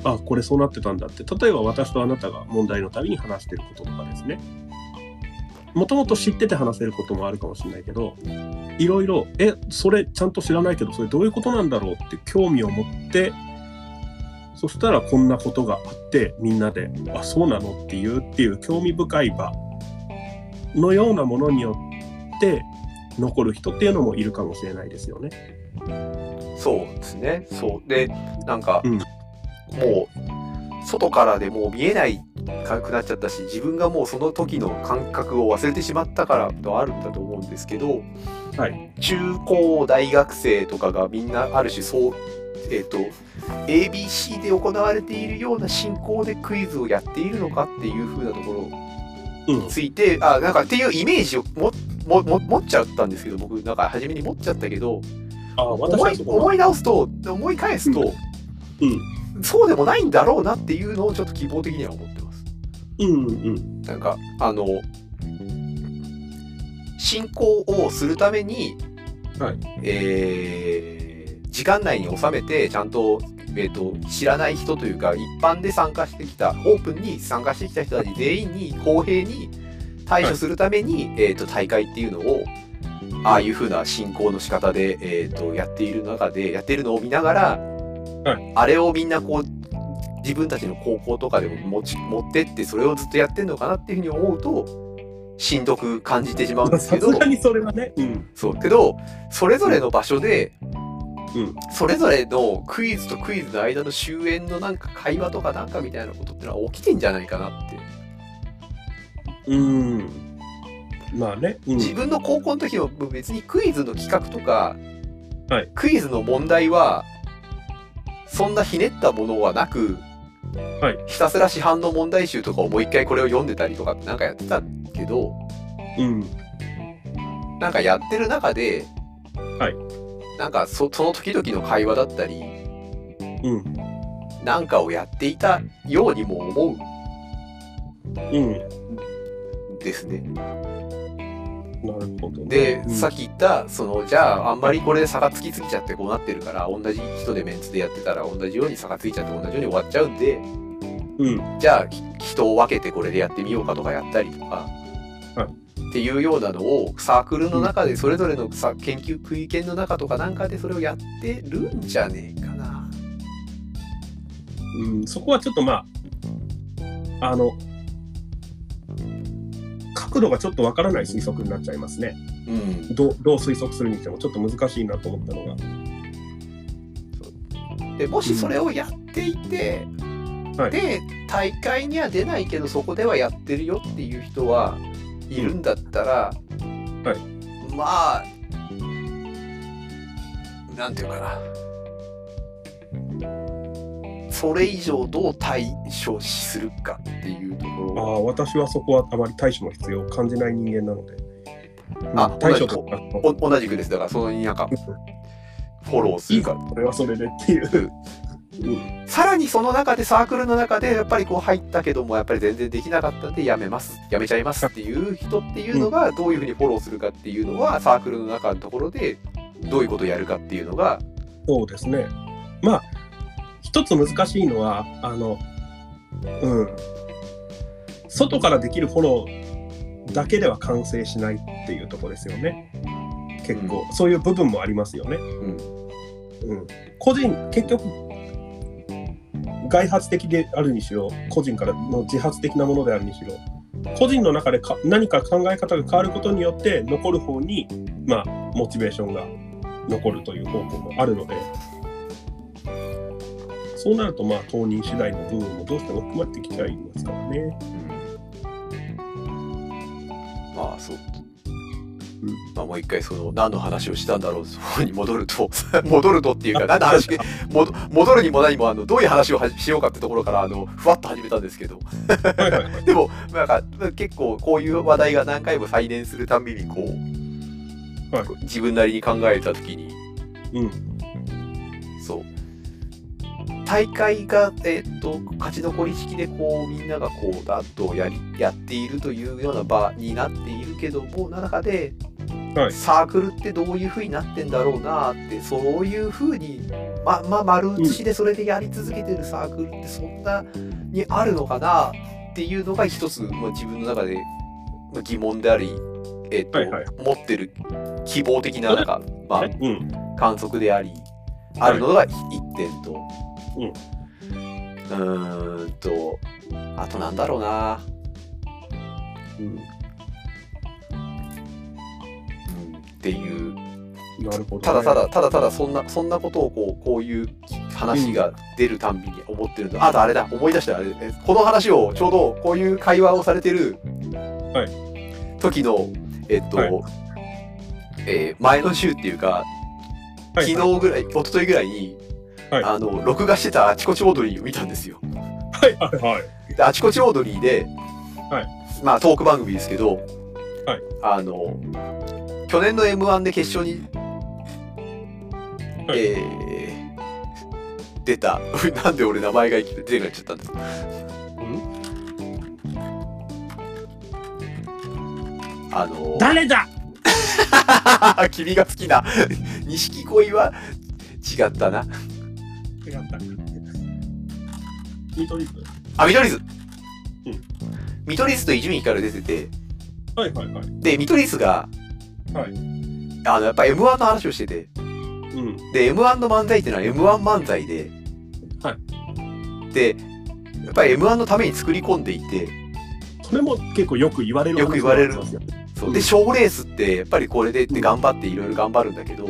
[SPEAKER 2] あこれそうなってたんだって例えば私とあなたが問題のたびに話してることとかですねもともと知ってて話せることもあるかもしれないけどいろいろえそれちゃんと知らないけどそれどういうことなんだろうって興味を持ってそしたらこんなことがあってみんなであそうなのっていうっていう興味深い場のようなものによって残る人っていうのもいるかもしれないですよね。
[SPEAKER 1] そうですね。そうでなんか、
[SPEAKER 2] うん
[SPEAKER 1] もう外からでもう見えないくなっちゃったし自分がもうその時の感覚を忘れてしまったからとあるんだと思うんですけど、
[SPEAKER 2] は
[SPEAKER 1] 中高大学生とかがみんなある種そう、えっと ABC で行われているような進行でクイズをやっているのかっていう風なところ
[SPEAKER 2] うん
[SPEAKER 1] ついてあなんかっていうイメージをももも持っちゃったんですけど僕なんか初めに持っちゃったけど
[SPEAKER 2] ああ、私
[SPEAKER 1] 思
[SPEAKER 2] はいそこ
[SPEAKER 1] 思い直すと思い返すと、
[SPEAKER 2] うん。
[SPEAKER 1] そうでもないんだろうなっていうのをちょっと希望的には思ってます。
[SPEAKER 2] うんうん。
[SPEAKER 1] なんかあの進行をするために、
[SPEAKER 2] はい
[SPEAKER 1] えー時間内に収めてちゃんと,、えー、と知らない人というか一般で参加してきたオープンに参加してきた人たち全員に公平に対処するために、えー、と大会っていうのをああいう風な進行の仕方で、えー、とやっている中でやってるのを見ながら、あれをみんなこう自分たちの高校とかでも持ち持ってってそれをずっとやってんのかなっていうふうに思うとしんどく感じてしまうんです
[SPEAKER 2] さ
[SPEAKER 1] けど
[SPEAKER 2] すがにそれはね。うん。
[SPEAKER 1] そうけどそれぞれの場所で、
[SPEAKER 2] うん
[SPEAKER 1] それぞれのクイズとクイズの間の終焉のなんか会話とかなんかみたいなことってのは起きてんじゃないかなって、
[SPEAKER 2] うん。まあね。うん。
[SPEAKER 1] 自分の高校の時は別にクイズの企画とか、
[SPEAKER 2] はい
[SPEAKER 1] クイズの問題はそんなひねったものはなく、
[SPEAKER 2] はい
[SPEAKER 1] ひたすら市販の問題集とかをもう一回これを読んでたりとかってなんかやってたけど
[SPEAKER 2] うん。
[SPEAKER 1] なんかやってる中で、
[SPEAKER 2] はい
[SPEAKER 1] なんかそその時々の会話だったり
[SPEAKER 2] うん。
[SPEAKER 1] なんかをやっていたようにも思う
[SPEAKER 2] うん。
[SPEAKER 1] んですね。
[SPEAKER 2] なるほどね。
[SPEAKER 1] で、
[SPEAKER 2] うん
[SPEAKER 1] さっき言ったそのじゃああんまりこれ差がつきすぎちゃってこうなってるから同じ人でメンツでやってたら同じように差がついちゃって同じように終わっちゃうんで
[SPEAKER 2] うん。
[SPEAKER 1] じゃあき人を分けてこれでやってみようかとかやったりとか、
[SPEAKER 2] は
[SPEAKER 1] っていうようなのをサークルの中でそれぞれのさ研究区域の中とかなんかでそれをやってるんじゃねえかな。
[SPEAKER 2] うん。そこはちょっとまあ、あの、角度がちょっとわからない推測になっちゃいますね。
[SPEAKER 1] うん、
[SPEAKER 2] どうどう推測するにしてもちょっと難しいなと思ったのが。
[SPEAKER 1] でもしそれをやっていて、
[SPEAKER 2] はい
[SPEAKER 1] で大会には出ないけどそこではやってるよっていう人はいるんだったら、
[SPEAKER 2] んはい
[SPEAKER 1] まあなんていうかなそれ以上どう対処するかっていうとこ
[SPEAKER 2] あ
[SPEAKER 1] ろ
[SPEAKER 2] あ、私はそこはあまり対処の必要を感じない人間なので。うん
[SPEAKER 1] あ
[SPEAKER 2] 対処とか、
[SPEAKER 1] お同じくですだからそのなんかフォローするか
[SPEAKER 2] これはそれでっていう。うん
[SPEAKER 1] さらにその中でサークルの中でやっぱりこう入ったけどもやっぱり全然できなかったんでやめますやめちゃいますっていう人っていうのがどういうふうにフォローするかっていうのはサークルの中のところでどういうことをやるかっていうのが
[SPEAKER 2] そうですね。まあ、一つ難しいのは、あの、うん。外からできるフォローだけでは完成しないっていうところですよね。結構、そういう部分もありますよね。
[SPEAKER 1] うん
[SPEAKER 2] うん、個人結局外発的であるにしろ個人からの自発的なものであるにしろ個人の中でか何か考え方が変わることによって残る方にまあモチベーションが残るという方向もあるのでそうなるとまあ当人次第の部分もどうしても含まれてきちゃいますからね。
[SPEAKER 1] まあそう
[SPEAKER 2] うん。
[SPEAKER 1] まあ、もう一回その何の話をしたんだろうそこに戻ると 戻るとっていうか何の話もど戻るにも何もあのどういう話をはしようかってところからあのふわっと始めたんですけど
[SPEAKER 2] は いはいはい
[SPEAKER 1] でもなんか結構こういう話題が何回も再燃するたんびにこう、
[SPEAKER 2] はい
[SPEAKER 1] 自分なりに考えた時に
[SPEAKER 2] うん
[SPEAKER 1] そう大会が、えっと勝ち残り式でこうみんながこうだっとやりやっているというような場になっているけどもな中で、
[SPEAKER 2] はい
[SPEAKER 1] サークルってどういうふうになってんだろうなってそういうふうに、まま丸写しでそれでやり続けてるサークルってそんなにあるのかなっていうのが一つ、まあ、自分の中でまあ疑問であり、えっと
[SPEAKER 2] はいはい
[SPEAKER 1] 持ってる希望的ななんか、まあ、
[SPEAKER 2] うん
[SPEAKER 1] 観測でありあるのが一点と、うん、ーんとあとなんだろうな、
[SPEAKER 2] う、
[SPEAKER 1] うん、っていうん
[SPEAKER 2] なるほどね、
[SPEAKER 1] ただただただただそんなそんなことをこうこういう話が出るたんびに思ってるの、あとあれだ思い出したあれえこの話をちょうどこういう会話をされてる
[SPEAKER 2] は
[SPEAKER 1] 時のえっと、
[SPEAKER 2] はい
[SPEAKER 1] えー前の週っていうか
[SPEAKER 2] はいはい
[SPEAKER 1] 昨日ぐらい、一昨日ぐらいに、
[SPEAKER 2] はい
[SPEAKER 1] あの録画してたあちこちオードリーを見たんですよ。
[SPEAKER 2] はいはいはい
[SPEAKER 1] であちこちオードリーで、
[SPEAKER 2] は
[SPEAKER 1] まあトーク番組ですけど、
[SPEAKER 2] はい
[SPEAKER 1] あの去年の m 1で決勝に、
[SPEAKER 2] はい
[SPEAKER 1] えー出た なんで俺名前が生きて出てくっちゃったんですかあのー
[SPEAKER 2] 誰 だ
[SPEAKER 1] 君が好きな 錦鯉は違ったな
[SPEAKER 2] 違った。見取り図
[SPEAKER 1] あ見取り図、
[SPEAKER 2] うん
[SPEAKER 1] 見取り図と伊集院光出てて
[SPEAKER 2] はいはいはい。
[SPEAKER 1] で見取り図が、
[SPEAKER 2] はい
[SPEAKER 1] あのやっぱ m 1の話をしてて
[SPEAKER 2] うん。
[SPEAKER 1] で m 1の漫才っていうのは m 1漫才で、
[SPEAKER 2] は
[SPEAKER 1] でやっぱり m 1のために作り込んでいて
[SPEAKER 2] それも結構よく言われる
[SPEAKER 1] よく言われる
[SPEAKER 2] 話なんですよ
[SPEAKER 1] そう
[SPEAKER 2] うん
[SPEAKER 1] で賞レースってやっぱりこれでって
[SPEAKER 2] うん
[SPEAKER 1] 頑張っていろいろ頑張るんだけど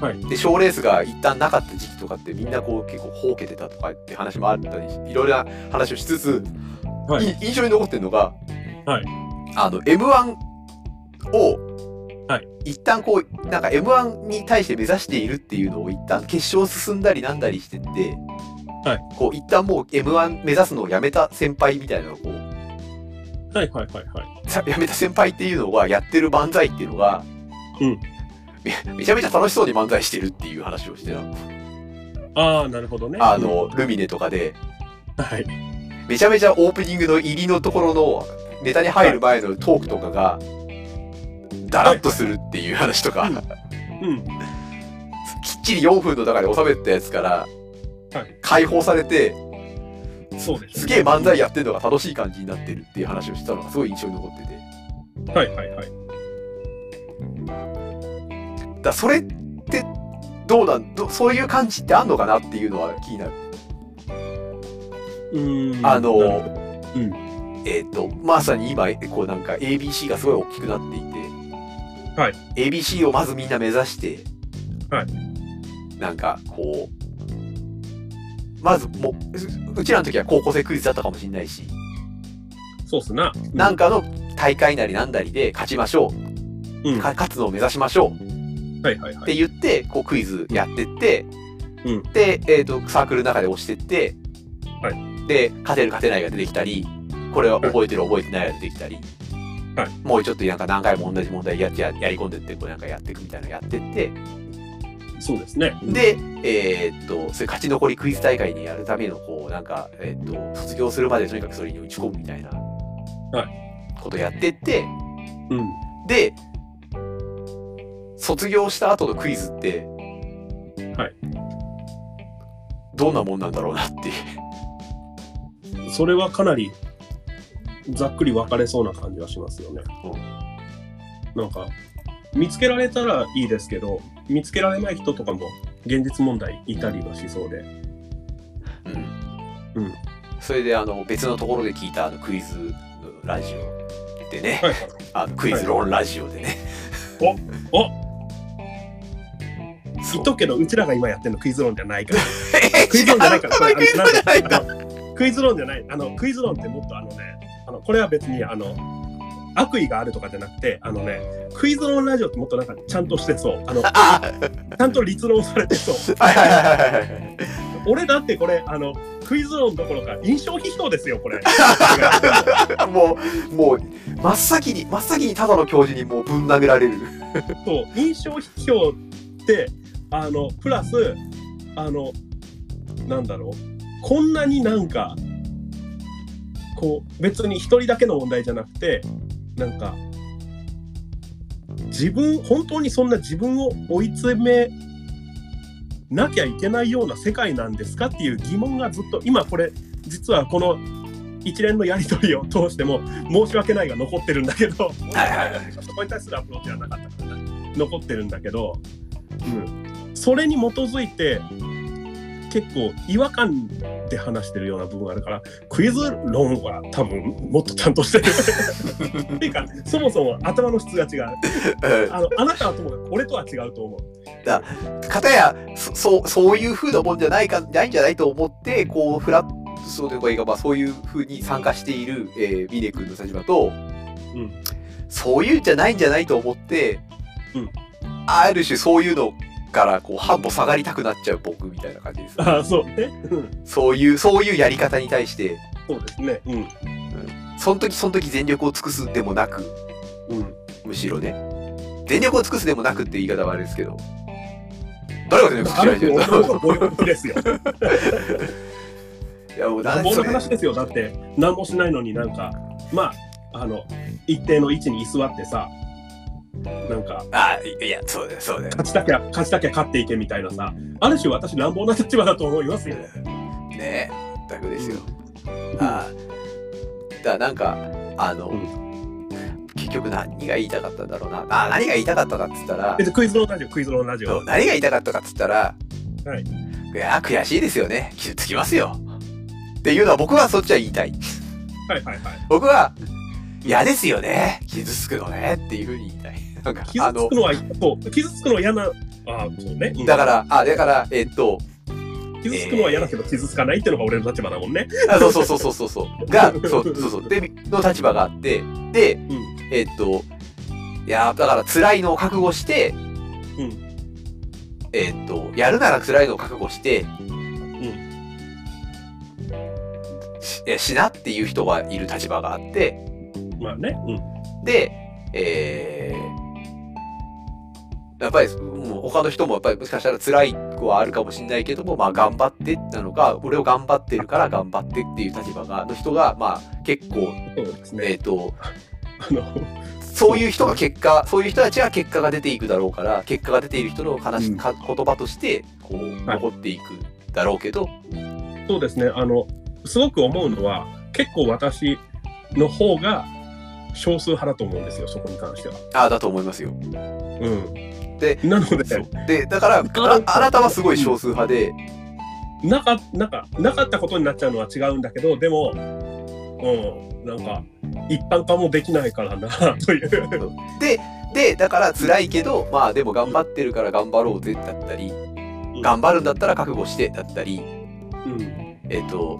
[SPEAKER 2] はい。
[SPEAKER 1] で賞レースが一旦なかった時期とかってみんなこう結構ほうけてたとかって話もあったりしいろいろな話をしつつ、
[SPEAKER 2] はい
[SPEAKER 1] い印象に残ってるのが、
[SPEAKER 2] はい
[SPEAKER 1] あの m 1を
[SPEAKER 2] はい
[SPEAKER 1] 一旦こうなんか m 1に対して目指しているっていうのを一旦決勝進んだりなんだりしてって、
[SPEAKER 2] は
[SPEAKER 1] こう一旦もう m 1目指すのをやめた先輩みたいなのをこう
[SPEAKER 2] はいはいはいはい。
[SPEAKER 1] さやめた先輩っていうのはやってる漫才っていうのが、
[SPEAKER 2] うん
[SPEAKER 1] めめちゃめちゃ楽しそうに漫才してるっていう話をしてたの
[SPEAKER 2] ああ、なるほどね。
[SPEAKER 1] あのルミネとかで
[SPEAKER 2] はい。
[SPEAKER 1] めちゃめちゃオープニングの入りのところのネタに入る前のトークとかがだらっとするっていう話とか、
[SPEAKER 2] はいうん。
[SPEAKER 1] きっちり4分の中で収めてたやつから
[SPEAKER 2] はい
[SPEAKER 1] 解放されて
[SPEAKER 2] そうです。
[SPEAKER 1] すげえ漫才やってるのが楽しい感じになってるっていう話をしてたのがすごい印象に残ってて。
[SPEAKER 2] はいはいはい。
[SPEAKER 1] だからそれってどうなんどそういう感じってあんのかなっていうのは気になる。
[SPEAKER 2] うーん。
[SPEAKER 1] あの
[SPEAKER 2] なるほど
[SPEAKER 1] えっ、とまさに今こうなんか ABC がすごい大きくなっていて、
[SPEAKER 2] はい
[SPEAKER 1] ABC をまずみんな目指して、
[SPEAKER 2] はい
[SPEAKER 1] なんかこうまずもうううちらの時は高校生クイズだったかもしれないし、
[SPEAKER 2] そうっすな。
[SPEAKER 1] なんかの大会なりなんだりで勝ちましょう、
[SPEAKER 2] うん。は
[SPEAKER 1] か勝つのを目指しましょう
[SPEAKER 2] いはい
[SPEAKER 1] っ
[SPEAKER 2] は
[SPEAKER 1] て
[SPEAKER 2] い。
[SPEAKER 1] 言ってこうクイズやってって、
[SPEAKER 2] うん
[SPEAKER 1] で、えー、とサークルの中で押してって、
[SPEAKER 2] は
[SPEAKER 1] で勝てる勝てないが出てきたりこれは覚えてる覚えてないが出てきたり、
[SPEAKER 2] はい
[SPEAKER 1] もうちょっとなんか何回も同じ問題やややり込んでってこうなんかやっていくみたいなのやってって
[SPEAKER 2] そうですね。うん、
[SPEAKER 1] で、えーっとそれ勝ち残りクイズ大会にやるためのこうなんか、えーっと卒業するまでとにかくそれに打ち込むみたいなことやってって、
[SPEAKER 2] うん。
[SPEAKER 1] で卒業した後のクイズって
[SPEAKER 2] はい
[SPEAKER 1] どんなもんなんだろうなっていう
[SPEAKER 2] それはかなりざっくり分かれそうな感じはしますよね。なんか見つけられたらいいですけど見つけられない人とかも現実問題いたりはしそうで。
[SPEAKER 1] うん
[SPEAKER 2] うん
[SPEAKER 1] それであの別のところで聞いたあのクイズのラジオでね、
[SPEAKER 2] はいはい、
[SPEAKER 1] あのクイズ論ラジオでね、
[SPEAKER 2] お
[SPEAKER 1] そ
[SPEAKER 2] 言
[SPEAKER 1] う
[SPEAKER 2] っとくけどうちらが今やってるのクイズ論じ ゃないから
[SPEAKER 1] え
[SPEAKER 2] クイズ論じゃな いから
[SPEAKER 1] 違うクイズ論じゃないか
[SPEAKER 2] クイズ論じゃないあのクイズ論ってもっとあのねあのこれは別にあの悪意があるとかじゃなくてあのねクイズ論ラジオってもっとなんかちゃんとしてそうあのち
[SPEAKER 1] あ
[SPEAKER 2] ゃんと立論されてそう
[SPEAKER 1] はいはいはいはいはい
[SPEAKER 2] 俺だってこれあのクイズ論どころか印象批評ですよこれ
[SPEAKER 1] もうもう真っ先に真っ先にただの教授にもうぶん殴られ る
[SPEAKER 2] そう印象批評ってあのプラスあのなんだろうこんなになんかこう別に一人だけの問題じゃなくてなんか自分本当にそんな自分を追い詰めなきゃいけないような世界なんですかっていう疑問がずっと今これ実はこの一連のやり取りを通しても申し訳ないが残ってるんだけど
[SPEAKER 1] はいはいは
[SPEAKER 2] そこに対するアプローチはなかったから残ってるんだけど、うん、それに基づいて結構違和感で話してるような部分があるからクイズ論は多分もっとちゃんとしてる。 っていうかそもそも頭の質が違う
[SPEAKER 1] うん
[SPEAKER 2] あのあなたはともかく俺とは違うと思う。
[SPEAKER 1] 片やそそうそういう風なもんじゃないかないんじゃないと思ってこうフラッそうというか、まあ、そういう風に参加している、えー、ミネ君の立場と、
[SPEAKER 2] うん
[SPEAKER 1] そういうんじゃないんじゃないと思って、
[SPEAKER 2] うん
[SPEAKER 1] ある種そういうのからこう半歩下がりたくなっちゃう僕みたいな感じです
[SPEAKER 2] ああそうね。うん
[SPEAKER 1] そういうそういうやり方に対して
[SPEAKER 2] そうですね。うん
[SPEAKER 1] その時その時全力を尽くすでもなく
[SPEAKER 2] うん
[SPEAKER 1] むしろね全力を尽くすでもなくっていう言い方はあれですけど誰が全力
[SPEAKER 2] あ
[SPEAKER 1] 尽
[SPEAKER 2] る
[SPEAKER 1] くす
[SPEAKER 2] 種、
[SPEAKER 1] 嫌い
[SPEAKER 2] 俺
[SPEAKER 1] じゃ
[SPEAKER 2] の
[SPEAKER 1] ん
[SPEAKER 2] ことボイコットです よ。
[SPEAKER 1] いやもうなん
[SPEAKER 2] 棒
[SPEAKER 1] そ
[SPEAKER 2] の
[SPEAKER 1] れ
[SPEAKER 2] 話ですよ。だって、何もしないのになんか、まあ、あの、一定の位置に居座ってさ、なんか、
[SPEAKER 1] あいいやそうだよそうだよ
[SPEAKER 2] 勝ちたきゃ、勝ちたきゃ勝っていけみたいなさ、ある種私、乱暴な立場だと思いますよ。
[SPEAKER 1] ねえ全くですよ、ああだからなんかあの、
[SPEAKER 2] う
[SPEAKER 1] 結局何が言いたかったんだろうなあ何が言いたかったかっつったら
[SPEAKER 2] 別にクイズのラジオ、クイズのラジ
[SPEAKER 1] そう
[SPEAKER 2] オ。
[SPEAKER 1] 何が言いたかったかっつったら、
[SPEAKER 2] はい
[SPEAKER 1] やー悔しいですよね傷つきますよっていうのは僕はそっちは言いたい
[SPEAKER 2] はいはいはい。
[SPEAKER 1] 僕は嫌ですよね傷つくのねっていうふうに言いたいなんかあの
[SPEAKER 2] 傷つくのは、そう、傷つくのは嫌な、あそうね。うん
[SPEAKER 1] だからあだからえっと
[SPEAKER 2] 傷つくのは嫌だけど、傷つかないっていうのが俺の立場だもんね。
[SPEAKER 1] あそうそうそうそうそうそうがそうそうそうでの立場があってで
[SPEAKER 2] うん。
[SPEAKER 1] えっといやーだから辛いのを覚悟して、
[SPEAKER 2] ん
[SPEAKER 1] えっとやるなら辛いのを覚悟して、しえしなっていう人がいる立場があって
[SPEAKER 2] まあね。うん。
[SPEAKER 1] で、えーやっぱりもう他の人もやっぱりもしかしたら辛い子はあるかもしれないけども、まあ、頑張ってなのか俺を頑張ってるから頑張ってっていう立場がの人が、まあ、結構、
[SPEAKER 2] そうです
[SPEAKER 1] え
[SPEAKER 2] ね。
[SPEAKER 1] っと
[SPEAKER 2] あの、
[SPEAKER 1] そういう人が結果そういう人たちが結果が出ていくだろうから結果が出ている人の話、
[SPEAKER 2] うん
[SPEAKER 1] か言葉としてこう
[SPEAKER 2] はい
[SPEAKER 1] 残っていくだろうけど、
[SPEAKER 2] そうですね。あの、すごく思うのは、結構私の方が少数派だと思うんですよ、そこに関しては。
[SPEAKER 1] ああだと思いますよ。
[SPEAKER 2] うん。
[SPEAKER 1] で、
[SPEAKER 2] なので、
[SPEAKER 1] でだからああなたはすごい少数派で、
[SPEAKER 2] なかなんかなかったことになっちゃうのは違うんだけどでもうんなんか一般化もできないからなという
[SPEAKER 1] でだから辛いけどまあでも頑張ってるから頑張ろうぜだったり頑張るんだったら覚悟してだったり
[SPEAKER 2] うん
[SPEAKER 1] えっ、と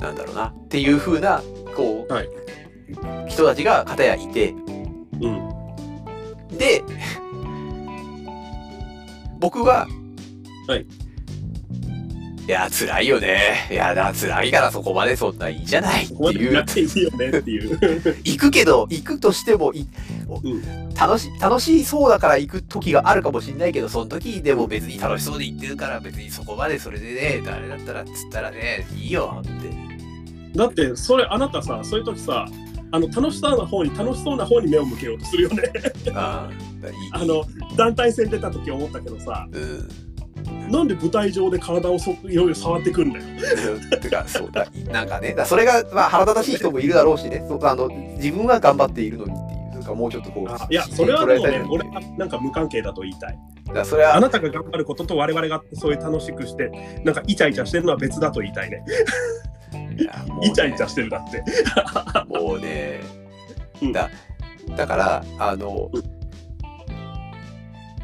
[SPEAKER 1] なんだろうなっていう風なこう、
[SPEAKER 2] はい
[SPEAKER 1] 人たちが片やいて
[SPEAKER 2] うん
[SPEAKER 1] で僕は
[SPEAKER 2] はい
[SPEAKER 1] いや辛いよねいやだ辛いからそこまでそんないいじゃないって
[SPEAKER 2] ここまで
[SPEAKER 1] い
[SPEAKER 2] や
[SPEAKER 1] う
[SPEAKER 2] っていいよねっていう、
[SPEAKER 1] 行くけど行くとしてもい楽し楽しそうだから行く時があるかもしれないけどその時でも別に楽しそうで行ってるから別にそこまでそれでね誰だったらっつったらねいいよって
[SPEAKER 2] だってそれあなたさそういう時さあの楽しそうな方に楽しそうな方に目を向けようとするよね
[SPEAKER 1] ああいい
[SPEAKER 2] あの団体戦出た時思ったけどさ
[SPEAKER 1] うん
[SPEAKER 2] なんで舞台上で体をそいろいろ触ってくんだよ
[SPEAKER 1] てかそうだなんかねだそれが、まあ、腹立たしい人もいるだろうしねそうあの自分は頑張っているのにっていうなんかもうちょっとこ
[SPEAKER 2] あ
[SPEAKER 1] う
[SPEAKER 2] いやそれはもう
[SPEAKER 1] 捉えたい
[SPEAKER 2] ね
[SPEAKER 1] のに
[SPEAKER 2] 俺はなんか無関係だと言いたい
[SPEAKER 1] だからそれは
[SPEAKER 2] あなたが頑張ることと我々がそういう楽しくしてなんかイチャイチャしてるのは別だと言いたいね
[SPEAKER 1] いやもうね
[SPEAKER 2] イチャイチャしてるだって。
[SPEAKER 1] もうね
[SPEAKER 2] うん
[SPEAKER 1] だだからあの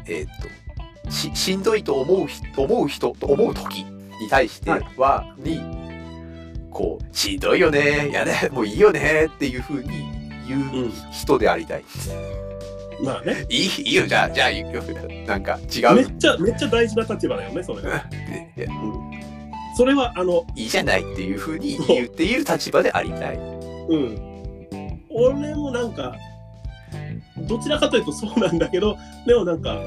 [SPEAKER 1] えーっとししんどいと思うひ思う人と思う時に対して
[SPEAKER 2] は
[SPEAKER 1] は、にこうしんどいよねいやねもういいよねっていうふうに言ううん人でありたい、
[SPEAKER 2] まあね、
[SPEAKER 1] いいいいよじゃあじゃあいいよなんか違
[SPEAKER 2] め
[SPEAKER 1] う
[SPEAKER 2] っちゃめっちゃ大事な立場だよね、それ。
[SPEAKER 1] いや
[SPEAKER 2] それはあの、
[SPEAKER 1] いいじゃないっていうふうに言っている立場でありたい
[SPEAKER 2] うん。俺もなんか、どちらかというとそうなんだけど、でもなんか、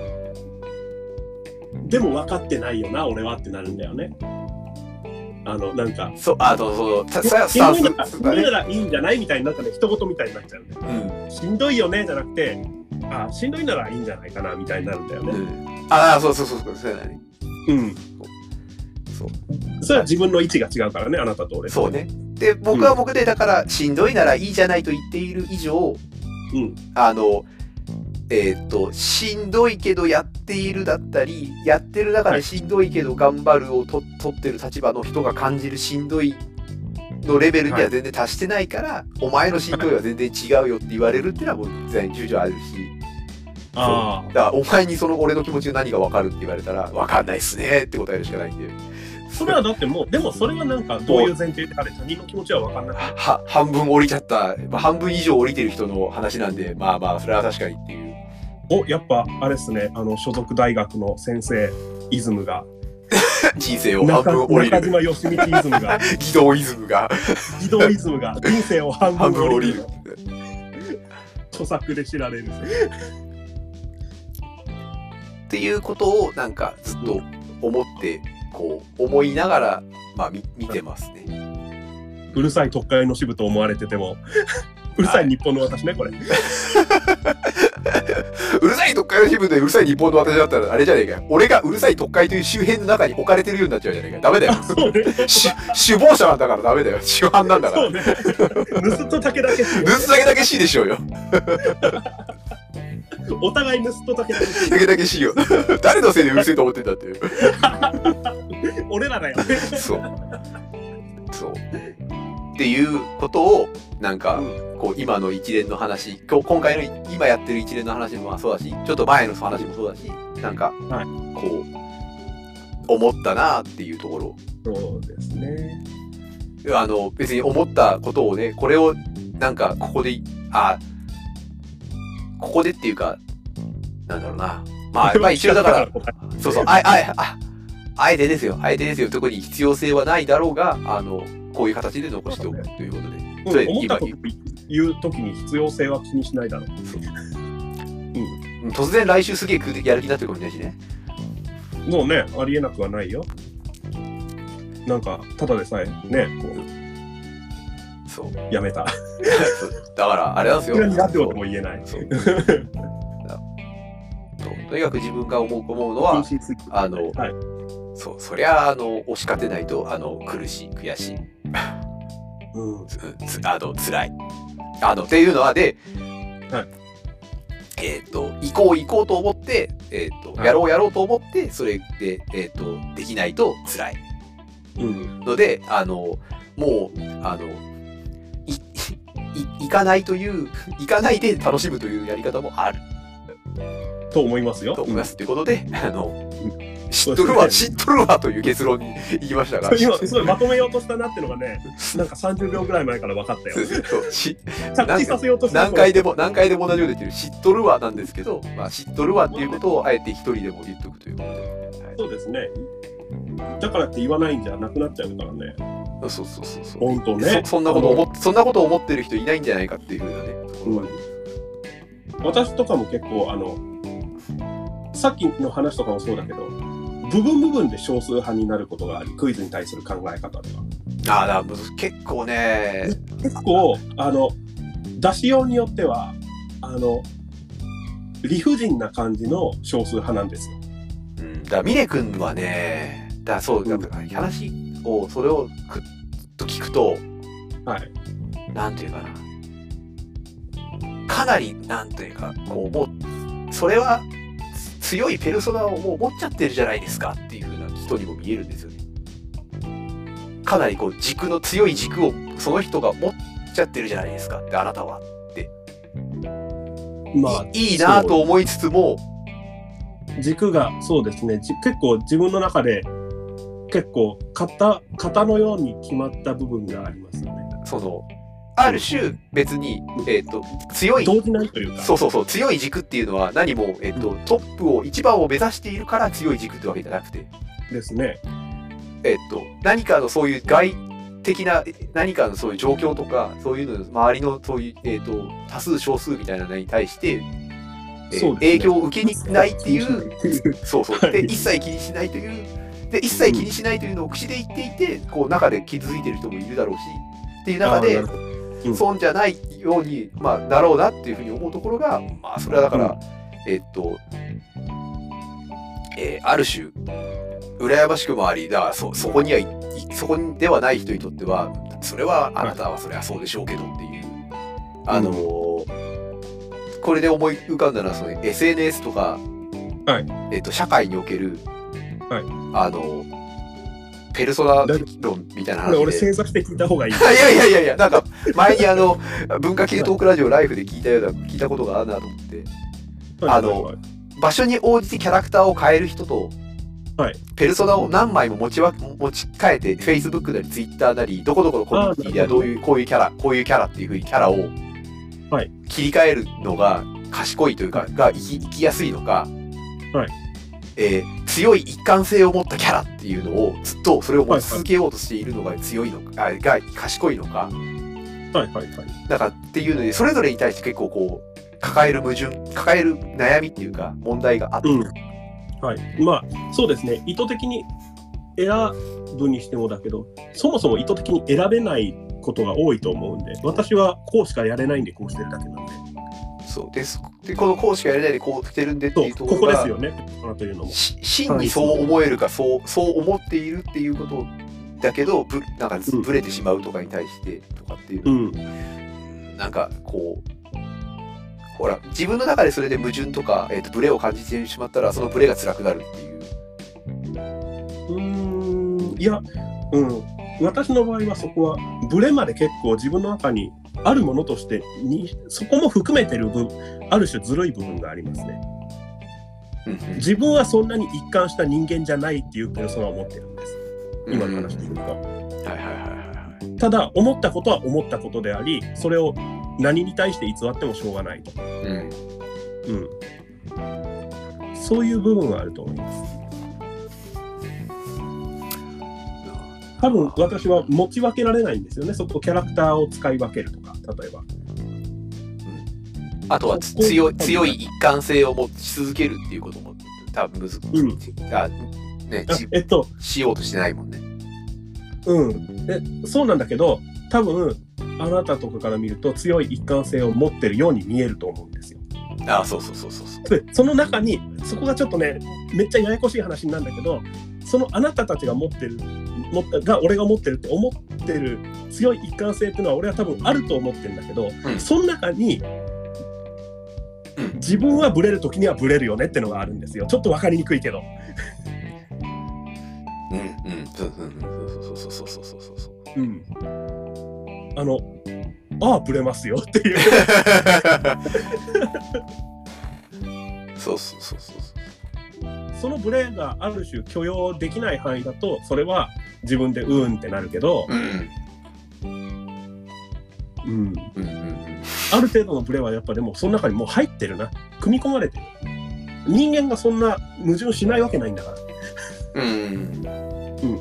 [SPEAKER 2] でも分かってないよな、俺はってなるんだよね。あの、なんか、
[SPEAKER 1] そうあとそうささス
[SPEAKER 2] し
[SPEAKER 1] タン
[SPEAKER 2] んどいなら
[SPEAKER 1] ス
[SPEAKER 2] しんどいな
[SPEAKER 1] ね
[SPEAKER 2] らいいんじゃないみたいになんかね、一言みたいになっちゃうんだよ
[SPEAKER 1] うん
[SPEAKER 2] しんどいよねじゃなくて、あ、しんどいならいいんじゃないかなみたいになるんだよね。
[SPEAKER 1] ああそうそうそうそうそうだね
[SPEAKER 2] うん。
[SPEAKER 1] そう
[SPEAKER 2] それは自分の位置が違うからね、あなたと俺。
[SPEAKER 1] そうねで僕は僕でだからしんどいならいいじゃないと言っている以上
[SPEAKER 2] うん。
[SPEAKER 1] あのえーっとしんどいけどやっているだったりやってる中
[SPEAKER 2] は
[SPEAKER 1] で
[SPEAKER 2] い
[SPEAKER 1] しんどいけど頑張るをと取ってる立場の人が感じるしんどいのレベルには全然達してないから、お前のしんどいは全然違うよって言われるっていうのはもう全然重々あるし
[SPEAKER 2] あ
[SPEAKER 1] だからお前にその俺の気持ちが何が分かるって言われたら分かんないっすねって答えるしかないんで
[SPEAKER 2] あ、それはだってもう、でもそれはなんかどういう前提であれ、他人の気持ちは分かんなくて、
[SPEAKER 1] は半分降りちゃった、まあ、半分以上降りてる人の話なんでまあまあそれは確かにっていう
[SPEAKER 2] おやっぱあれですね、あの所属大学の先生イズムが、
[SPEAKER 1] 人生を半
[SPEAKER 2] 中
[SPEAKER 1] 分降り
[SPEAKER 2] 中
[SPEAKER 1] る
[SPEAKER 2] 島よしみちイズム が、
[SPEAKER 1] 軌道イズムが
[SPEAKER 2] 児童イズムが、人生を半
[SPEAKER 1] 半
[SPEAKER 2] 分
[SPEAKER 1] 分降
[SPEAKER 2] 降り
[SPEAKER 1] り
[SPEAKER 2] る
[SPEAKER 1] る、
[SPEAKER 2] 著作で知られる。
[SPEAKER 1] っていうことをなんかずっと思ってこう思いながら、まあ、み見てますね。
[SPEAKER 2] うるさい特会の支部と思われてても うるさい日本の私ねこれ
[SPEAKER 1] うるさい特会の支部でうるさい日本の私だったらあれじゃねえかよ。俺がうるさい特会という周辺の中に置かれてるようになっちゃうじゃねえかよ。ダメだ よ。
[SPEAKER 2] そうね
[SPEAKER 1] し首謀者なんだからダメだよ。主犯なんだから
[SPEAKER 2] そ。うね盗っ人だけだけ
[SPEAKER 1] 盗だけだけしいでしょうよ。
[SPEAKER 2] お互い盗っ人だけだけ
[SPEAKER 1] だけだけしいよ。誰のせいでうるせえと思ってんだっていう。
[SPEAKER 2] 俺らだよ
[SPEAKER 1] そう。そう。っていうことを、なんか、こう、今の一連の話、今日、今回の今やってる一連の話もまあそうだし、ちょっと前の話もそうだし、なんか、
[SPEAKER 2] はい
[SPEAKER 1] こう、思ったなっていうところ。
[SPEAKER 2] そうですね
[SPEAKER 1] あの、別に思ったことをね、これを、なんか、ここで、あ、ここでっていうか、なんだろうな。まあ、まあ一応だから、そうそう、あい、あい、あ、あえてですよ、あえてですよ、特に必要性はないだろうが、あの、こういう形で残しておくということで。それ
[SPEAKER 2] うん思ったこと
[SPEAKER 1] 今
[SPEAKER 2] 言うときに必要性は気にしないだろう。
[SPEAKER 1] うん突然来週すげえ空的やる気になってるかもしれないしね。
[SPEAKER 2] もうね、ありえなくはないよ。なんか、ただでさえね、こ
[SPEAKER 1] そう。
[SPEAKER 2] う、やめた。
[SPEAKER 1] だから、あれなんですよ。
[SPEAKER 2] なんてことも言えない。
[SPEAKER 1] そうそうとにかく自分が思う思うのは、あの
[SPEAKER 2] はい、
[SPEAKER 1] そう、そりゃあ、あの、押し勝てないと、あの、苦しい、悔しい、
[SPEAKER 2] うん、
[SPEAKER 1] つつあの辛いあのっていうのはで、
[SPEAKER 2] はい
[SPEAKER 1] えっ、と行こう行こうと思って、えーと
[SPEAKER 2] はい
[SPEAKER 1] やろうやろうと思ってそれで、えー、とできないと辛い
[SPEAKER 2] うん、
[SPEAKER 1] のであのもうあのいい行かないという 行かないで楽しむというやり方もある
[SPEAKER 2] と思いますよ。
[SPEAKER 1] と思いますということであの知
[SPEAKER 2] そ
[SPEAKER 1] っ
[SPEAKER 2] うです
[SPEAKER 1] と
[SPEAKER 2] ね
[SPEAKER 1] るわ知っとるわという結論に行きましたが
[SPEAKER 2] うん。今、すごいまとめようとしたなってのがね、なんか30秒ぐらい前から分かっ たよ。
[SPEAKER 1] そうし
[SPEAKER 2] 着地させようとした
[SPEAKER 1] 何回でも何回でも同じように言ってる知っとるわなんですけど、まあ、知っとるわっていうことをあえて一人でも言っとくということで、はい
[SPEAKER 2] そうですね。だからって言わないんじゃなくなっちゃうからね。
[SPEAKER 1] そうそうそうそう
[SPEAKER 2] ほんとね
[SPEAKER 1] そそんなこと思っそんなこと思ってる人いないんじゃないかっていうふうなねところはね
[SPEAKER 2] 私とかも結構、あの、さっきの話とかもそうだけど、部分部分で少数派になることがあり、クイズに対する考え方では。
[SPEAKER 1] ああだから結構ね
[SPEAKER 2] 結構あの出しようによってはあの理不尽な感じの少数派なんですよ。
[SPEAKER 1] うんだから峰君はねだからそうだから話をそれをくっと聞くと
[SPEAKER 2] はい、
[SPEAKER 1] なんていうかなかなりなんていうかこうもうそれはつ強いペルソナをもう持っちゃってるじゃないですかっていうふうな人にも見えるんですよねかなりこう軸の強い軸をその人が持っちゃってるじゃないですかってあなたは、いいいなぁと思いつつも
[SPEAKER 2] そう軸がそうですねじ結構自分の中で結構型型のように決まった部分がありますよね。
[SPEAKER 1] そのある種別に、えっと強い
[SPEAKER 2] 動じないというか
[SPEAKER 1] そうそうそう強い軸っていうのは何も、えっとトップを一番を目指しているから強い軸ってわけじゃなくて
[SPEAKER 2] ですね。
[SPEAKER 1] えっと、何かのそういう外的なえ何かのそういう状況とかそういうの周りのそういう、えっと多数少数みたいなのに対して、えー
[SPEAKER 2] そうですね
[SPEAKER 1] 影響を受けにないっていう
[SPEAKER 2] う。
[SPEAKER 1] そうそう
[SPEAKER 2] は
[SPEAKER 1] で
[SPEAKER 2] い
[SPEAKER 1] 一切気にしないというで一切気にしないというのを口で言っていてこう中で傷ついてる人もいるだろうしっていう中
[SPEAKER 2] あ
[SPEAKER 1] で
[SPEAKER 2] ーなるほどうん
[SPEAKER 1] 損じゃないように、まあ、なろうなっていうふうに思うところがまあそれはだから、
[SPEAKER 2] う
[SPEAKER 1] えっと、えーある種羨ましくもありだからそそこにはいいそこではない人にとってはそれはあなたはそれはそうでしょうけどっていうあのーこれで思い浮かんだのはその SNS とか、
[SPEAKER 2] はい
[SPEAKER 1] えっと社会における、
[SPEAKER 2] はい
[SPEAKER 1] あのペルソナ論みたいな
[SPEAKER 2] これ
[SPEAKER 1] 話
[SPEAKER 2] 俺
[SPEAKER 1] で。
[SPEAKER 2] 正座して聞いた方がい い。
[SPEAKER 1] いやいやいやいや、なんか前にあの文化系トークラジオライフで聞いたような聞いたことがあるなと思って、あの
[SPEAKER 2] はい
[SPEAKER 1] 場所に応じてキャラクターを変える人と、
[SPEAKER 2] はい
[SPEAKER 1] ペルソナを何枚も持ちわ持ち替えて、Facebook なり Twitter なり、どこどこのコミュニティでは
[SPEAKER 2] あーな
[SPEAKER 1] ど
[SPEAKER 2] るほど
[SPEAKER 1] ういう、こういうキャラ、こういうキャラっていうふうにキャラを
[SPEAKER 2] はい
[SPEAKER 1] 切り替えるのが賢いというか、が生き生きやすいのか、
[SPEAKER 2] はい
[SPEAKER 1] えー強い一貫性を持ったキャラっていうのをずっとそれを持ち続けようとしているのが強いのか、あが賢いのか、
[SPEAKER 2] はいはいはい。
[SPEAKER 1] なんかっていうので、それぞれに対して結構こう、抱える矛盾、抱える悩みっていうか、問題があって、
[SPEAKER 2] うんはい、まあそうですね意図的に選ぶにしてもだけどそもそも意図的に選べないことが多いと思うんで私はこうしかやれないんでこうしてるだけなんで
[SPEAKER 1] そうですでこの講師がやりたいでこうしてるんでって
[SPEAKER 2] そ
[SPEAKER 1] いううとこ
[SPEAKER 2] こ
[SPEAKER 1] ろ
[SPEAKER 2] こ
[SPEAKER 1] が
[SPEAKER 2] ですよねあなたというのも
[SPEAKER 1] し真にそう思えるかそうそう思っているっていうことだけどぶなんか
[SPEAKER 2] うん
[SPEAKER 1] ぶれてしまうとかに対してとかっていう
[SPEAKER 2] う
[SPEAKER 1] の、
[SPEAKER 2] ん
[SPEAKER 1] なんかこうほら自分の中でそれで矛盾とか、えー、とブレを感じてしまったらそのブレが辛くなるっていう
[SPEAKER 2] うーんいやうん私の場合はそこはブレまで結構自分の中にあるものとしてにそこも含めてる分ある種ずるい部分がありますね自分はそんなに一貫した人間じゃないっていうペルソナを持ってるんです今の話で言うと。
[SPEAKER 1] うんはいはいはいはい
[SPEAKER 2] ただ思ったことは思ったことでありそれを何に対して偽ってもしょうがないと、
[SPEAKER 1] はいうん
[SPEAKER 2] うん、そういう部分はあると思います多分私は持ち分けられないんですよねそこキャラクターを使い分けるとか例えば
[SPEAKER 1] あとはつ
[SPEAKER 2] ここ
[SPEAKER 1] 強い強い一貫性を持ち続けるっていうことも多分難しい、あね
[SPEAKER 2] あ
[SPEAKER 1] し
[SPEAKER 2] えっと
[SPEAKER 1] しようとしてないもんね
[SPEAKER 2] うんえそうなんだけど多分あなたとかから見ると強い一貫性を持ってるように見えると思うんですよ
[SPEAKER 1] あそうそうそうそうそう
[SPEAKER 2] でその中にそこがちょっとねめっちゃややこしい話なんだけどそのあなたたちが持ってる持ったが俺が持ってるって思ってる強い一貫性っていうのは俺は多分あると思ってるんだけど、
[SPEAKER 1] うん
[SPEAKER 2] その中に
[SPEAKER 1] うん
[SPEAKER 2] 自分はブレる時にはブレるよねってのがあるんですよちょっと分かりにくいけど
[SPEAKER 1] うんうんそうそうそうそうそうそうそうそうそう
[SPEAKER 2] うんあのああブレますよっていう
[SPEAKER 1] そうそうそうそう
[SPEAKER 2] そのブレがある種許容できない範囲だとそれは自分でうーんってなるけど、
[SPEAKER 1] うん
[SPEAKER 2] うん、
[SPEAKER 1] うんうん
[SPEAKER 2] ある程度のブレはやっぱでもその中にもう入ってるな組み込まれてる人間がそんな矛盾しないわけないんだからっ
[SPEAKER 1] うん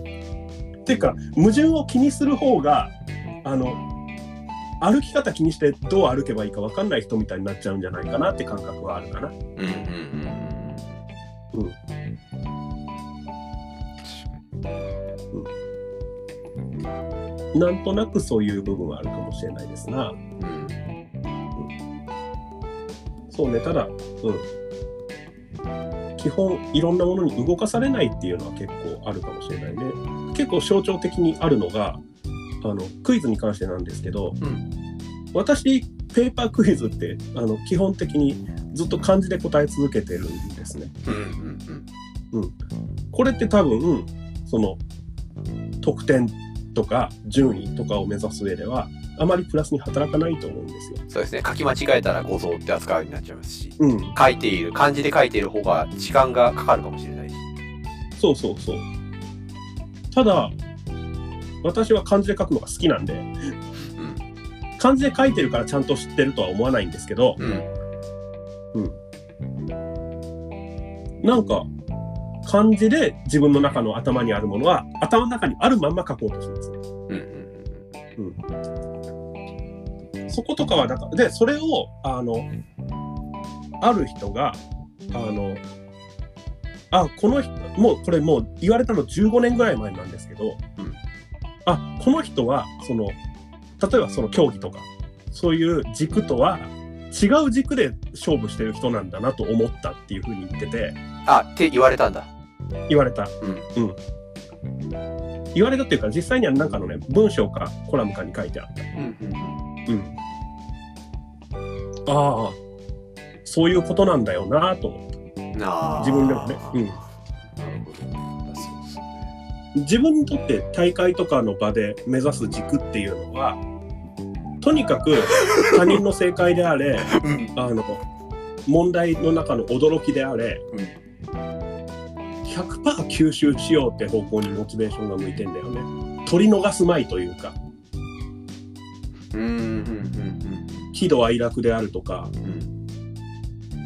[SPEAKER 2] ていうか矛盾を気にする方があの歩き方気にしてどう歩けばいいか分かんない人みたいになっちゃうんじゃないかなって感覚はあるかな
[SPEAKER 1] うんうんうん
[SPEAKER 2] うんなんとなくそういう部分はあるかもしれないですな
[SPEAKER 1] うん
[SPEAKER 2] そうねただうん基本いろんなものに動かされないっていうのは結構あるかもしれないね結構象徴的にあるのがあのクイズに関してなんですけど、
[SPEAKER 1] うん
[SPEAKER 2] 私ペーパークイズってあの基本的にずっと漢字で答え続けてるんですね
[SPEAKER 1] うんうん
[SPEAKER 2] これって多分その得点とか順位とかを目指す上ではあまりプラスに働かないと思うんですよ。
[SPEAKER 1] そうですね書き間違えたら誤造って扱いになっちゃいますし
[SPEAKER 2] うん、
[SPEAKER 1] 書いている漢字で書いている方が時間がかかるかもしれないし
[SPEAKER 2] そうそうそう。ただ、私は漢字で書くのが好きなんで、
[SPEAKER 1] うん
[SPEAKER 2] 漢字で書いてるからちゃんと知ってるとは思わないんですけど、
[SPEAKER 1] うん
[SPEAKER 2] なんか、漢字で自分の中の頭にあるものは、頭の中にあるまんま書こうとしますね。
[SPEAKER 1] うんうん
[SPEAKER 2] そことかはなんか、で、それを、あの、ある人が、あの、あ、この人、もうこれもう言われたの15年ぐらい前なんですけど、
[SPEAKER 1] うん
[SPEAKER 2] あ、この人は、その、例えばその競技とか、そういう軸とは違う軸で勝負してる人なんだなと思ったっていうふうに言ってて、
[SPEAKER 1] あって言われたんだ
[SPEAKER 2] 言われた。
[SPEAKER 1] う
[SPEAKER 2] うん。言われたっていうか、実際にはなんかのね、文章かコラムかに書いてあった。
[SPEAKER 1] うんうん
[SPEAKER 2] うん。ああ、そういうことなんだよなと思って
[SPEAKER 1] うんあー
[SPEAKER 2] 自分でもねうん
[SPEAKER 1] なるほどそうですね
[SPEAKER 2] 自分にとって大会とかの場で目指す軸っていうのは、とにかく他人の正解であれ、
[SPEAKER 1] うん
[SPEAKER 2] あの問題の中の驚きであれ、
[SPEAKER 1] うん
[SPEAKER 2] 100%吸収しようって方向にモチベーションが向いてんだよね取り逃すまいというか
[SPEAKER 1] うんうん
[SPEAKER 2] 喜怒哀楽であるとか、
[SPEAKER 1] うんうんうん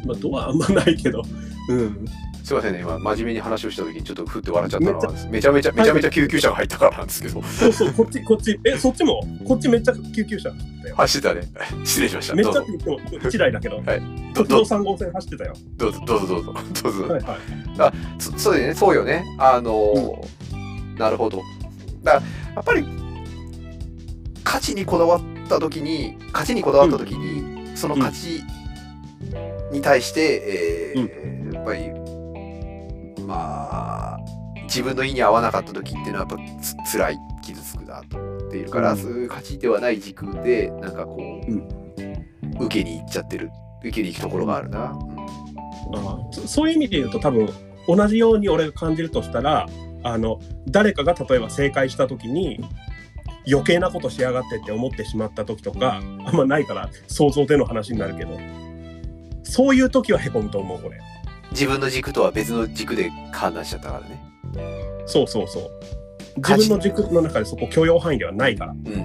[SPEAKER 2] まあ、度はあんまないけど、うん、
[SPEAKER 1] すいませんね今真面目に話をした時にちょっとふって笑っちゃったの
[SPEAKER 2] めっ
[SPEAKER 1] はめちゃめちゃめちゃめちゃ救急車が入ったからなんですけど
[SPEAKER 2] そうそう、こっち、こっち、え、そっちも、こっちめっちゃ救急車だよ。
[SPEAKER 1] 走ってたね失礼しました
[SPEAKER 2] めっち
[SPEAKER 1] ど
[SPEAKER 2] ゃ
[SPEAKER 1] う
[SPEAKER 2] っ
[SPEAKER 1] ぞ
[SPEAKER 2] て言っても1台だ けど、
[SPEAKER 1] ど
[SPEAKER 2] 国道
[SPEAKER 1] ど
[SPEAKER 2] 3号線走ってたよ。
[SPEAKER 1] どうぞどうぞどうぞどうぞ
[SPEAKER 2] はいはい。
[SPEAKER 1] そそうだよねそうよねあのーなるほどだからやっぱり価値にこだわった時に価値にこだわった時に、その価値に対して、えーやっぱりまあ自分の意に合わなかった時っていうのはやっぱつ辛い傷つくなと思っているから、
[SPEAKER 2] うん
[SPEAKER 1] そういう価値ではない軸でなんかこう、
[SPEAKER 2] うん
[SPEAKER 1] 受けに行っちゃってる受けに行くところがあるな、
[SPEAKER 2] ああそそういう意味で言うと多分同じように俺が感じるとしたらあの誰かが例えば正解した時に余計なことしやがってって思ってしまった時とかあんまないから想像での話になるけどそういう時はへこむと思う俺
[SPEAKER 1] 自分の軸とは別の軸で判断しちゃったからね
[SPEAKER 2] そうそうそう自分の軸の中でそこ許容範囲ではないから、
[SPEAKER 1] うんうんうん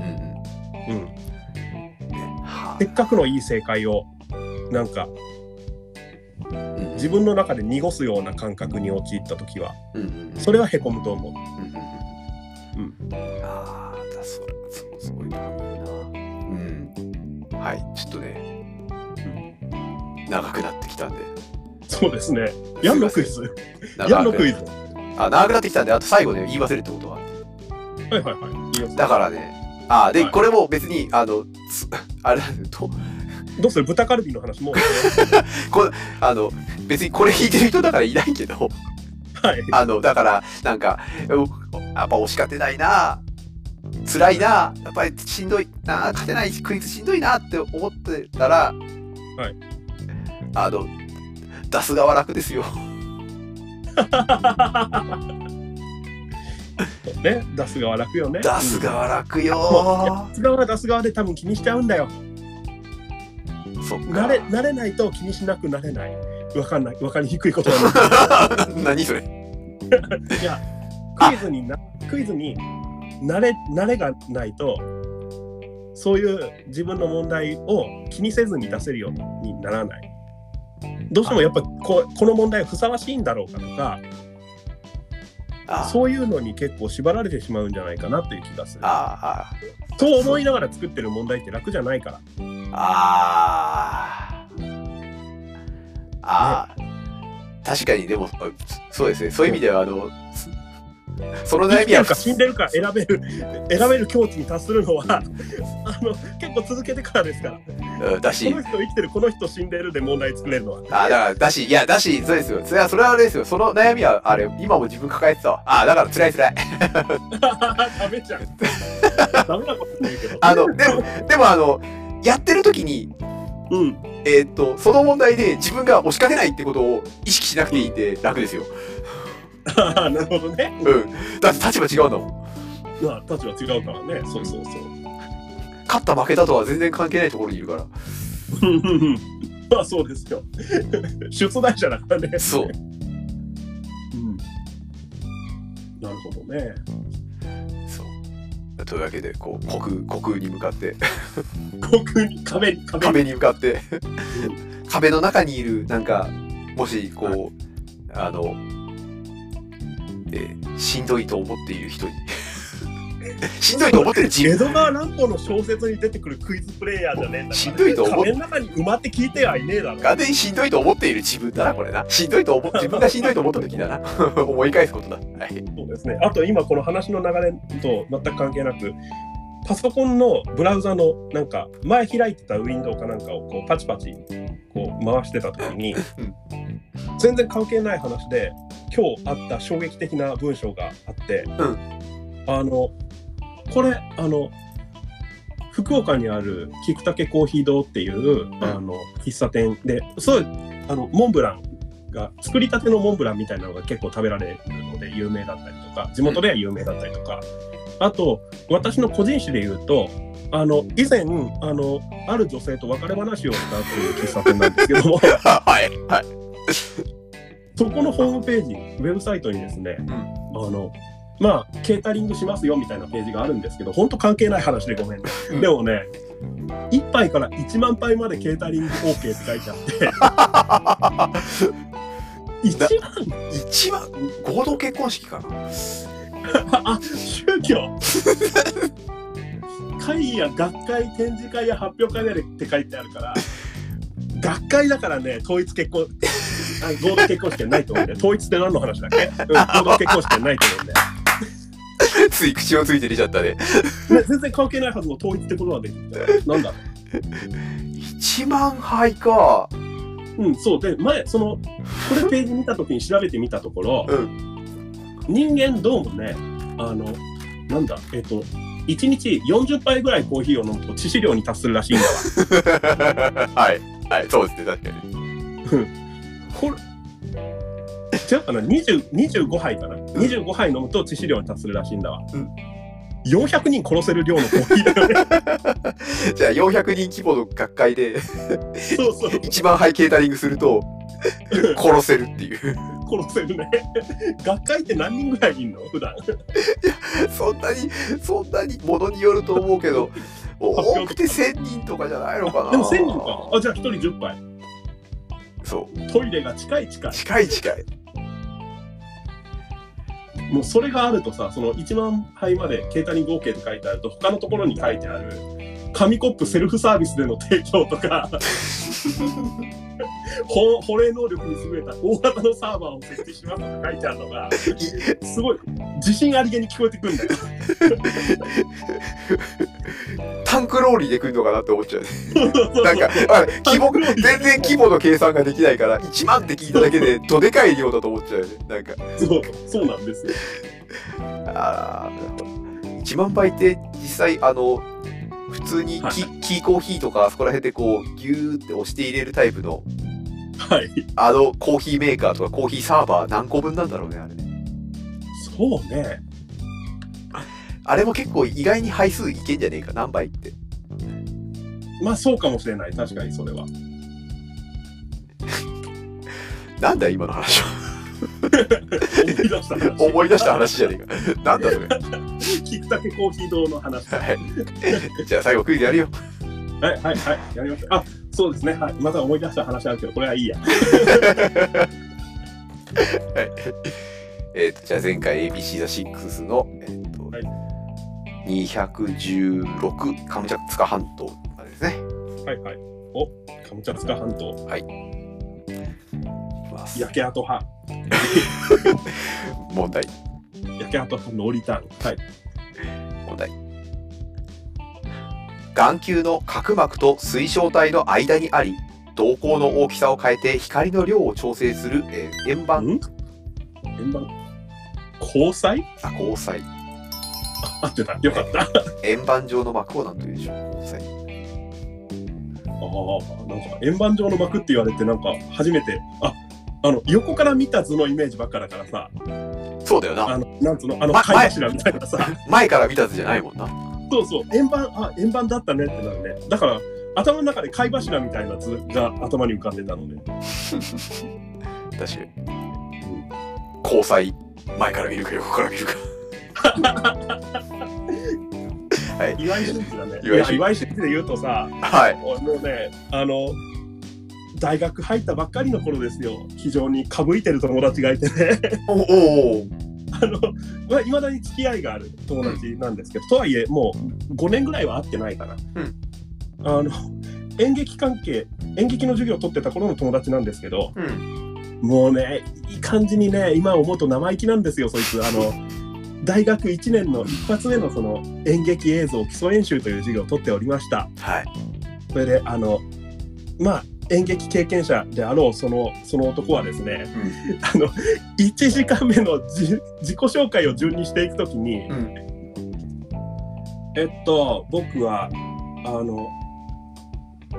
[SPEAKER 2] うん、
[SPEAKER 1] は
[SPEAKER 2] せっかくのいい正解をなんか
[SPEAKER 1] あうん
[SPEAKER 2] 自分の中で濁すような感覚に陥った時は
[SPEAKER 1] うんうんうん
[SPEAKER 2] それはへこむと思う
[SPEAKER 1] うんうんうんああだそれそうすごいなうんはいちょっとね長くなってきたんで
[SPEAKER 2] そうですねやんのクイズやん
[SPEAKER 1] 長
[SPEAKER 2] の
[SPEAKER 1] く
[SPEAKER 2] クイズ
[SPEAKER 1] あ長くなってきたんであと最後ね言い忘れるってことは
[SPEAKER 2] はいはいはいいいよ
[SPEAKER 1] だからねああで、
[SPEAKER 2] はい
[SPEAKER 1] これも別にあのつ あれなんだと
[SPEAKER 2] どうする豚カルビの話もう
[SPEAKER 1] あの別にこれ弾いてる人だからいないけど
[SPEAKER 2] はい
[SPEAKER 1] あのだからなんかうやっぱ惜しかってないな辛いなやっぱりしんどいな勝てないしクイズしんどいなって思ってたら、
[SPEAKER 2] はい、
[SPEAKER 1] あの出す側楽ですよ
[SPEAKER 2] ね出す側楽よね
[SPEAKER 1] 出す側楽
[SPEAKER 2] も
[SPEAKER 1] よ
[SPEAKER 2] う出す側は出す側で多分気にしちゃうんだよ
[SPEAKER 1] そっか
[SPEAKER 2] 慣れ慣れないと気にしなくなれないわかんないわかりにくいことなん
[SPEAKER 1] 何それ
[SPEAKER 2] だいやクイズになクイズに慣れ慣れがないとそういう自分の問題を気にせずに出せるようにならないどうしてもやっぱこうこの問題ふさわしいんだろうかとか
[SPEAKER 1] あ
[SPEAKER 2] そういうのに結構縛られてしまうんじゃないかなっていう気がする
[SPEAKER 1] ああ
[SPEAKER 2] そう思いながら作ってる問題って楽じゃないから。
[SPEAKER 1] あああー確かにでもそうですねそういう意味ではあのそその悩
[SPEAKER 2] 生
[SPEAKER 1] み
[SPEAKER 2] きて
[SPEAKER 1] は
[SPEAKER 2] るか死んでるか選べる、選べる境地に達するのは、 あの、結構続けてからですから。こ
[SPEAKER 1] うんだし
[SPEAKER 2] の人生きてる、この人死んでるで問題作れるのは。
[SPEAKER 1] あだから、だし、いや、だし、そうですよ。それは、それはあれですよ。その悩みは、あれ、今も自分抱えてたわ。あだから、辛い辛い。
[SPEAKER 2] ダメじゃん。ダメなこと言うけど。
[SPEAKER 1] あ の、でも、でも、あの、やってる時に、
[SPEAKER 2] うん。
[SPEAKER 1] えーっと、その問題で自分が押しかけないってことを意識しなくていいんで、楽ですよ。
[SPEAKER 2] ああ、なるほどね。
[SPEAKER 1] うん。だって立場違うんだもん。
[SPEAKER 2] まあ、立場違うからね。そうそう そう。
[SPEAKER 1] 勝った負けたとは全然関係ないところにいるから。
[SPEAKER 2] まあ、そうですよ。 出題者だからね。
[SPEAKER 1] そう。
[SPEAKER 2] うん。なるほどね。
[SPEAKER 1] そう。というわけで、こう、国、国に向かって、
[SPEAKER 2] 国に、壁に、壁に。
[SPEAKER 1] 壁に向かって、壁の中にいる、なんか、もし、こう、あの、えーしんどいと思っている 人に、しんどいと思ってる自
[SPEAKER 2] 江
[SPEAKER 1] 分、
[SPEAKER 2] 戸川乱歩の小説に出てくるクイズプレイヤーじゃねえんだ
[SPEAKER 1] しんどいと思っ
[SPEAKER 2] 壁の中に埋まって聞いてはいねえだろ。
[SPEAKER 1] 完全にしんどいと思っている自分だな、これな。しんどいと思 っ自分がしんどいと思った時だな。 思い返すことだ。はい。
[SPEAKER 2] そうですね。あと今この話の流れと全く関係なく、パソコンのブラウザのなんか前開いてたウィンドウかなんかをこうパチパチこう回してた時に
[SPEAKER 1] うん、
[SPEAKER 2] 全然関係ない話で今日あった衝撃的な文章があって、
[SPEAKER 1] ん
[SPEAKER 2] あのこれあの福岡にある菊竹コーヒー堂っていう、あの喫茶店で、そうあのモンブランが作りたてのモンブランみたいなのが結構食べられるので有名だったりとか地元では有名だったりとか、あと私の個人誌で言うとあの以前あのある女性と別れ話をしたっていう喫茶店なんですけ ども
[SPEAKER 1] はい。はい。
[SPEAKER 2] そこのホームページウェブサイトにですね、
[SPEAKER 1] ん
[SPEAKER 2] あのまあケータリングしますよみたいなページがあるんですけど本当関係ない話でごめんね、
[SPEAKER 1] うん
[SPEAKER 2] でもね1杯から1万杯までケータリング OK って書いてあって一番
[SPEAKER 1] 一番合同結婚式かな
[SPEAKER 2] あ宗教 会や学会展示会や発表会であるって書いてあるから学会だからね統一結婚あ合同結婚式はないと思うんだよ統一って何の話だっけ、うん、合同結婚式はないと思うんだよ
[SPEAKER 1] つい口をついて出ちゃったね
[SPEAKER 2] ね全然関係ないはずの統一ってことはできてなんだろ
[SPEAKER 1] 一万杯か
[SPEAKER 2] ううんそうで前そのこれページ見た時に調べてみたところ、
[SPEAKER 1] う
[SPEAKER 2] 人間どうもねあのなんだえっ、と1日40杯ぐらいコーヒーを飲むと致死量に達するらしいんだわ
[SPEAKER 1] はいはいそうですね確かに
[SPEAKER 2] これ違うかな20 25杯かな25杯飲むと致死量に達するらしいんだわ、
[SPEAKER 1] うん
[SPEAKER 2] 400人殺せる量のコーヒーだよね
[SPEAKER 1] じゃあ400人規模の学会で
[SPEAKER 2] そうそう
[SPEAKER 1] 一番ハイケータリングすると殺せるっていう
[SPEAKER 2] 殺せるね学会って何人ぐらいいんの普段
[SPEAKER 1] そんなにそんなにものによると思うけど多くて1000人とかじゃないのかな
[SPEAKER 2] でも1000人かあじゃあ1人10杯
[SPEAKER 1] そ
[SPEAKER 2] トイレが近い近
[SPEAKER 1] う近い近い
[SPEAKER 2] いもうそれがあるとさその1万杯までケータリング OK って書いてあると他のところに書いてある紙コップセルフサービスでの提供 とか保保冷能力に優れた大型のサーバーを設置しますとか書いてあるのがすごい自信ありげに聞こえてくる んだよ。
[SPEAKER 1] タンクローリーで来るのかなって思っちゃ うねなんかあ規模全然規模の計算ができないから1万って聞いただけでどでかい量だと思っちゃうよねなんか
[SPEAKER 2] そうそうなんですよ。
[SPEAKER 1] あーなるほど1万杯って実際あの普通にキ,、
[SPEAKER 2] はい
[SPEAKER 1] キーコーヒーとかあそこら辺でこうギューって押して入れるタイプの
[SPEAKER 2] はい。
[SPEAKER 1] あのコーヒーメーカーとかコーヒーサーバー何個分なんだろうねあれね
[SPEAKER 2] そうね。
[SPEAKER 1] あれも結構意外に配数いけんじゃねえか何倍って
[SPEAKER 2] まあそうかもしれない。確かにそれは。
[SPEAKER 1] なんだよ今の話は
[SPEAKER 2] 思い出した話。
[SPEAKER 1] 思い出した話じゃねえかなんだそれ
[SPEAKER 2] 聞くだけコーヒー堂の話。
[SPEAKER 1] はい じゃあ最後クイズやるよ
[SPEAKER 2] はいはいはい。やりました。あそうですね。はい。また思い出した話あるけど、これはいいや。
[SPEAKER 1] えっ、とじゃあ前回 ABC ザ6のえっ、と、
[SPEAKER 2] はい
[SPEAKER 1] 216カムチャツカ半島までですね
[SPEAKER 2] はいはい。おカムチャツカ半島、
[SPEAKER 1] ます
[SPEAKER 2] 焼け跡派、
[SPEAKER 1] 問題
[SPEAKER 2] 焼け跡派ノーリターン。はい。
[SPEAKER 1] 問題眼球の角膜と水晶体の間にあり瞳孔の大きさを変えて光の量を調整する、えー円盤
[SPEAKER 2] ん円盤交際
[SPEAKER 1] あ光彩
[SPEAKER 2] あ合ってた。よかった。あ
[SPEAKER 1] 円盤状の膜をなんというでしょう光彩
[SPEAKER 2] あ、なんか円盤状の膜って言われて、なんか初めて、ああの横から見た図のイメージばっかだからさ、
[SPEAKER 1] そうだよな
[SPEAKER 2] あの、なんつうの、あの、
[SPEAKER 1] ま
[SPEAKER 2] 貝柱みたいなさ、
[SPEAKER 1] 前から見た図じゃないもんな
[SPEAKER 2] そうそう、円盤、あ、円盤だったねってなるね。だから、頭の中で貝柱みたいな図が頭に浮かんでたので、
[SPEAKER 1] 確かに交際前から見るか横から見るか
[SPEAKER 2] 岩井俊二だね。 い
[SPEAKER 1] 岩井俊二
[SPEAKER 2] や岩井俊二で言うとさ、
[SPEAKER 1] はい
[SPEAKER 2] 俺もうね、あの、大学入ったばっかりの頃ですよ、非常にかぶいてる友達がいてね、
[SPEAKER 1] おおお
[SPEAKER 2] あの、まあ、いまだに付き合いがある友達なんですけど、とはいえ、もう5年ぐらいは会ってないかな。
[SPEAKER 1] うん
[SPEAKER 2] あの、演劇関係、演劇の授業を取ってた頃の友達なんですけど、
[SPEAKER 1] うん
[SPEAKER 2] もうね、いい感じにね、今思うと生意気なんですよ、そいつ。あの、大学1年の一発目のその演劇映像基礎演習という授業を取っておりました。
[SPEAKER 1] はい
[SPEAKER 2] それで、あの、まあ、演劇経験者であろうそのその男はですね、あの1時間目のじ自己紹介を順にしていくときに、
[SPEAKER 1] うん
[SPEAKER 2] えっと僕はあの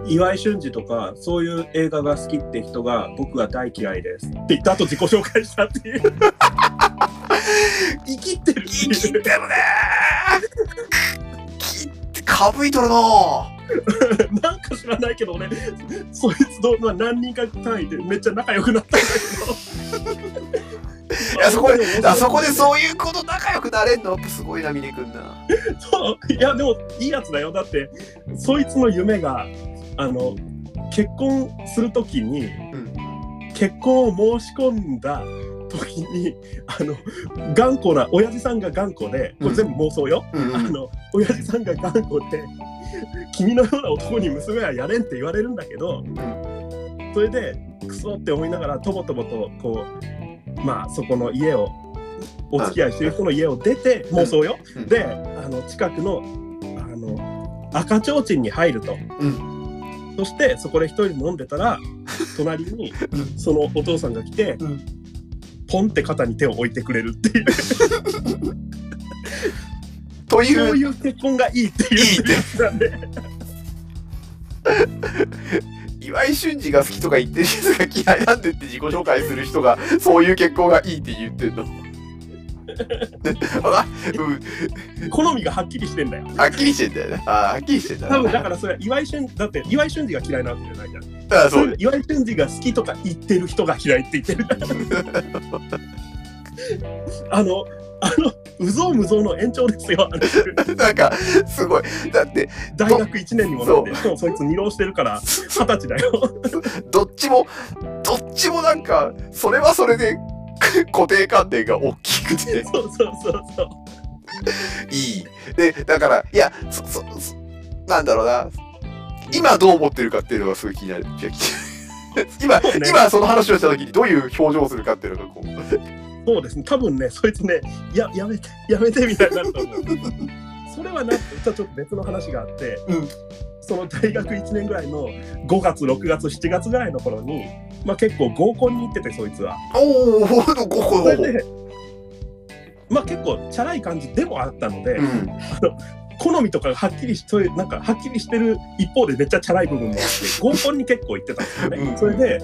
[SPEAKER 2] 岩井俊二とかそういう映画が好きって人が僕は大嫌いですって言った後自己紹介したっていう 生きてる
[SPEAKER 1] 生きてるねーきってかぶいとるの
[SPEAKER 2] なんか知らないけど俺そいつとまあ何人か単位でめっちゃ仲良くなったんだけど
[SPEAKER 1] いやそこで あそこでそういうこと仲良くなれんのやっぱすごいな峰君な
[SPEAKER 2] そういやでもいいやつだよだってそいつの夢があの結婚するときに、
[SPEAKER 1] ん
[SPEAKER 2] 結結婚を申し込んだ時にあの頑固な親父さんが頑固でこれ全部妄想よ、
[SPEAKER 1] うんう
[SPEAKER 2] あ
[SPEAKER 1] ん
[SPEAKER 2] の親父さんが頑固で 君のような男に娘はやれんって言われるんだけどそれでクソって思いながらとぼとぼとこうまあそこの家をお付き合いしてる人の家を出て
[SPEAKER 1] ん
[SPEAKER 2] 妄想よ、
[SPEAKER 1] うん
[SPEAKER 2] であの近くのあの赤ちょうちんに入ると、そしてそこで一人飲んで たら隣に
[SPEAKER 1] ん
[SPEAKER 2] そのお父さんが来て、
[SPEAKER 1] うん
[SPEAKER 2] ポンって肩に手を置いてくれるっていう
[SPEAKER 1] とい
[SPEAKER 2] そう
[SPEAKER 1] う
[SPEAKER 2] いう 結婚がいいっていう
[SPEAKER 1] いいって
[SPEAKER 2] なんで
[SPEAKER 1] 岩井俊二が好きとか言ってる人が嫌いなんでって自己紹介する人がそういう結婚がいいって言ってんの。 あうん
[SPEAKER 2] 好みがはっきりしてんだよ
[SPEAKER 1] はっきりしてんだよね。あはっきりしてんだ
[SPEAKER 2] 多
[SPEAKER 1] よ
[SPEAKER 2] 分
[SPEAKER 1] ね。
[SPEAKER 2] だからそれは岩井俊二だって岩井俊二が嫌いなわけじゃないじゃん
[SPEAKER 1] あ
[SPEAKER 2] そ
[SPEAKER 1] そうう
[SPEAKER 2] 岩井俊二が好きとか言ってる人が嫌いって言ってるあのあのうぞうむぞうの延長ですよあ れ
[SPEAKER 1] なんかすごい。だって
[SPEAKER 2] 大学1年にもなってしかもそいつ二浪してるから二十歳だよ
[SPEAKER 1] どっちもどっちもなんかそれはそれで固定観念が大きくて
[SPEAKER 2] そうそうそうそう
[SPEAKER 1] いい。でだからいやそそそなんだろうな今どう思ってるかっていうのがすごい気になる。いや気になる
[SPEAKER 2] そう
[SPEAKER 1] 今
[SPEAKER 2] ね
[SPEAKER 1] 今その話をした時にどういう表情をするかっていうのがこう。
[SPEAKER 2] そうですね、多分ね、そいつね、いや、やめて、やめてみたいになると思う。それはな、ちょっと別の話があって、
[SPEAKER 1] うん
[SPEAKER 2] その大学1年ぐらいの5月、6月、7月ぐらいの頃に、まあ、結構合コンに行ってて、そいつは。
[SPEAKER 1] おお、ほど、ごほ
[SPEAKER 2] それで、 まあ結構、チャラい感じでもあったので、
[SPEAKER 1] うん、
[SPEAKER 2] 好みとかがはっきりしそういうなんかはっきりしてる一方でめっちゃチャラい部分もあって合コンに結構行ってたんですよね。
[SPEAKER 1] うん
[SPEAKER 2] それで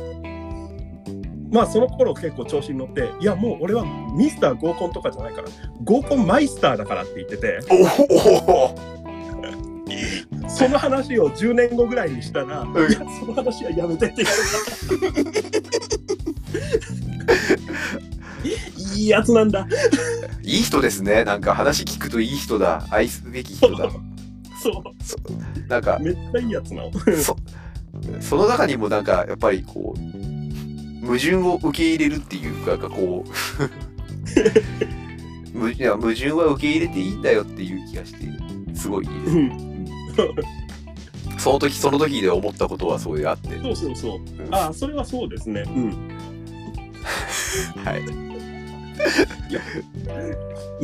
[SPEAKER 2] まあその頃結構調子に乗って「いやもう俺はミスター合コンとかじゃないから合コンマイスターだから」って言ってて
[SPEAKER 1] おお、
[SPEAKER 2] その話を10年後ぐらいにしたら「
[SPEAKER 1] ん
[SPEAKER 2] いやその話はやめて」って言 われた。いいやつなんだ。
[SPEAKER 1] いい人ですね。なんか話聞くといい人だ。愛すべき
[SPEAKER 2] そ
[SPEAKER 1] 人
[SPEAKER 2] う
[SPEAKER 1] だ。。
[SPEAKER 2] そう
[SPEAKER 1] なんか、
[SPEAKER 2] めっちゃいいやつなの。
[SPEAKER 1] そ、その中にもなんか、やっぱりこう、矛盾を受け入れるっていうか、なんかこう、 むいや矛盾は受け入れていいんだよっていう気がして、すごいいいで
[SPEAKER 2] うん
[SPEAKER 1] す。その時その時で思ったことはそういうあって。
[SPEAKER 2] そうそうそう。
[SPEAKER 1] うん
[SPEAKER 2] ああ、それはそうですね。うん。
[SPEAKER 1] はい。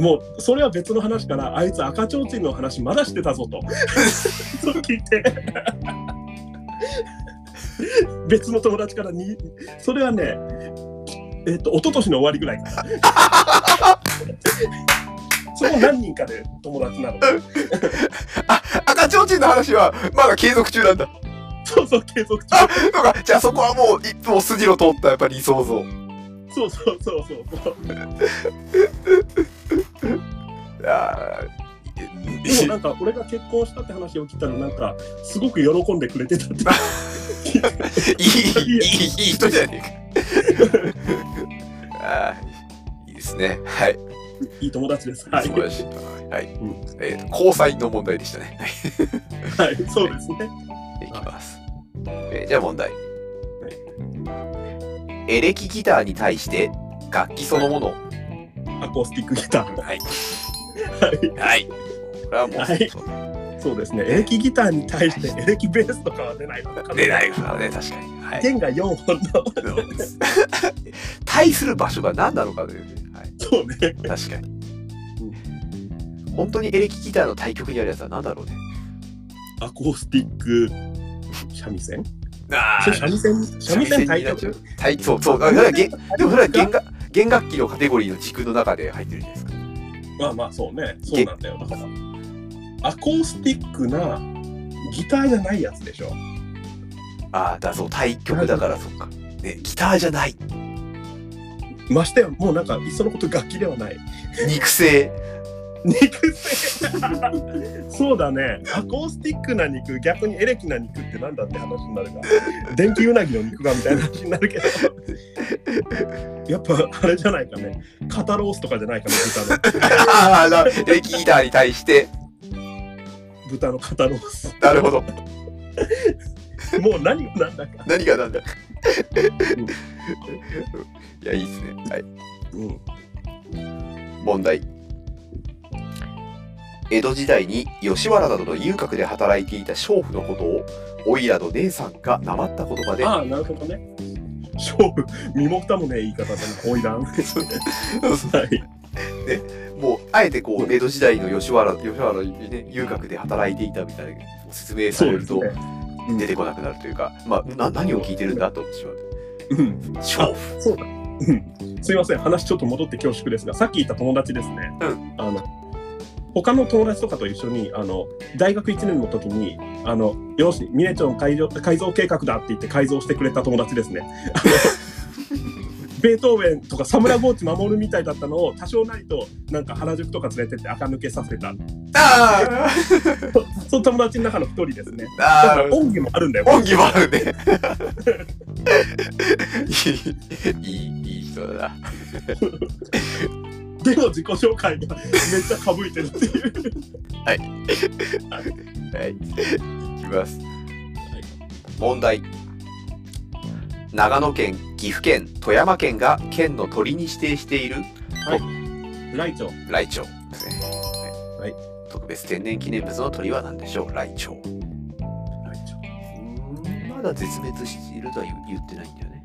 [SPEAKER 2] もう、それは別の話から、あいつ赤ちょうちんの話まだしてた ぞと。そう聞いて。別の友達からに、それはね、えっ、と、一昨年の終わりぐ らいから。その何人かで友達なの。
[SPEAKER 1] 赤ちょうちんの話は、まだ継続中なんだ。
[SPEAKER 2] そうそう、継続中。
[SPEAKER 1] あ、そうか。じゃあそこはもう、一歩筋の通った、やっぱり理想像。
[SPEAKER 2] そうそうそうそうそう。
[SPEAKER 1] あ
[SPEAKER 2] でも
[SPEAKER 1] ー
[SPEAKER 2] なんか、俺が結婚したって話を聞いたら、なんか、すごく喜んでくれてた って。
[SPEAKER 1] いい、いい、いい人じゃねえ か。あーいいですね。はい。
[SPEAKER 2] いい友達です。はい
[SPEAKER 1] 素。晴らしい。はい。
[SPEAKER 2] うん
[SPEAKER 1] えー交際の問題でしたね。はい
[SPEAKER 2] はい、そうですね。
[SPEAKER 1] いきます。えーじゃあ問題。エレキギターに対して楽器そのもの。
[SPEAKER 2] アコースティックギター。
[SPEAKER 1] はい。
[SPEAKER 2] はい、
[SPEAKER 1] はい。これはもう、
[SPEAKER 2] はいそうですね。エレキギターに対してエレキベースとかは出ないのか
[SPEAKER 1] 出ないからね、確かに。はい。
[SPEAKER 2] 弦が4本の。
[SPEAKER 1] そうです 対する場所が何なのかというね。はい。
[SPEAKER 2] そうね。
[SPEAKER 1] 確かに。本当にエレキギターの対極にあるやつは何だろうね。
[SPEAKER 2] アコースティック三味線
[SPEAKER 1] あ
[SPEAKER 2] それ三味線三味線対局
[SPEAKER 1] 対そうそう。だからげでもそれは弦楽弦楽器のカテゴリーの軸の中で入ってるじゃないですか。
[SPEAKER 2] まあまあそうね。そうなんだよ。だから、アコースティックなギターじゃないやつでしょ。
[SPEAKER 1] ああ、だそう、対極だからそっか。ね、ギターじゃない。
[SPEAKER 2] ましてや、もうなんか、いっそのこと楽器ではない。
[SPEAKER 1] 肉声。
[SPEAKER 2] 肉声 そうだねアコースティックな肉逆にエレキな肉ってなんだって話になるが電気ウナギの肉がみたいな話になるけどやっぱあれじゃないかね肩ロースとかじゃないかね
[SPEAKER 1] ああ、なエレキギターに対して。
[SPEAKER 2] 豚の豚の肩ロース
[SPEAKER 1] なるほど。
[SPEAKER 2] もう何がなんだか
[SPEAKER 1] 何がなんだ。いや、いいですね。はい。
[SPEAKER 2] うん。
[SPEAKER 1] 問題江戸時代に吉原などの遊郭で働いていた娼婦のことをおいらの姉さんがなまった言葉で
[SPEAKER 2] ああ、なるほどね。勝負、身も蓋もねえ言い方だな、おいらん。はい。
[SPEAKER 1] もうあえてこう江戸時代の吉原吉原の、ね、遊郭で働いていたみたいな説明さ
[SPEAKER 2] そ
[SPEAKER 1] れ
[SPEAKER 2] うで
[SPEAKER 1] る
[SPEAKER 2] す
[SPEAKER 1] と
[SPEAKER 2] ね。うん
[SPEAKER 1] 出てこなくなるというか、まあ、な何を聞いてるんだと思ってしまう
[SPEAKER 2] うん、
[SPEAKER 1] 娼婦
[SPEAKER 2] そうだ。うん すいません、話ちょっと戻って恐縮ですが、さっき言った友達ですね。
[SPEAKER 1] う
[SPEAKER 2] あの他の友達とかと一緒にあの大学1年の時にあのよしミネチョン改造改造計画だって言って改造してくれた友達 ですね。あのベートーベンとかサムラゴーチ守るみたいだったのを多少なりとなんか原宿とか連れてって垢抜けさせた
[SPEAKER 1] あ
[SPEAKER 2] その友達の中の一人ですね
[SPEAKER 1] ああ
[SPEAKER 2] だか
[SPEAKER 1] あ
[SPEAKER 2] ら恩義もあるんだよ
[SPEAKER 1] 恩義もあるね いいいいいい人だな
[SPEAKER 2] でも自己紹介がめっちゃかぶいてるっていう
[SPEAKER 1] はい、いきます。問題。長野県、岐阜県、富山県が県の鳥に指定している
[SPEAKER 2] ライチョウ
[SPEAKER 1] ライチョウですね。
[SPEAKER 2] はい
[SPEAKER 1] 特別天然記念物の鳥は何でしょうライチョウ。
[SPEAKER 2] ライチョウ
[SPEAKER 1] まだ絶滅しているとは言言ってないんだよね。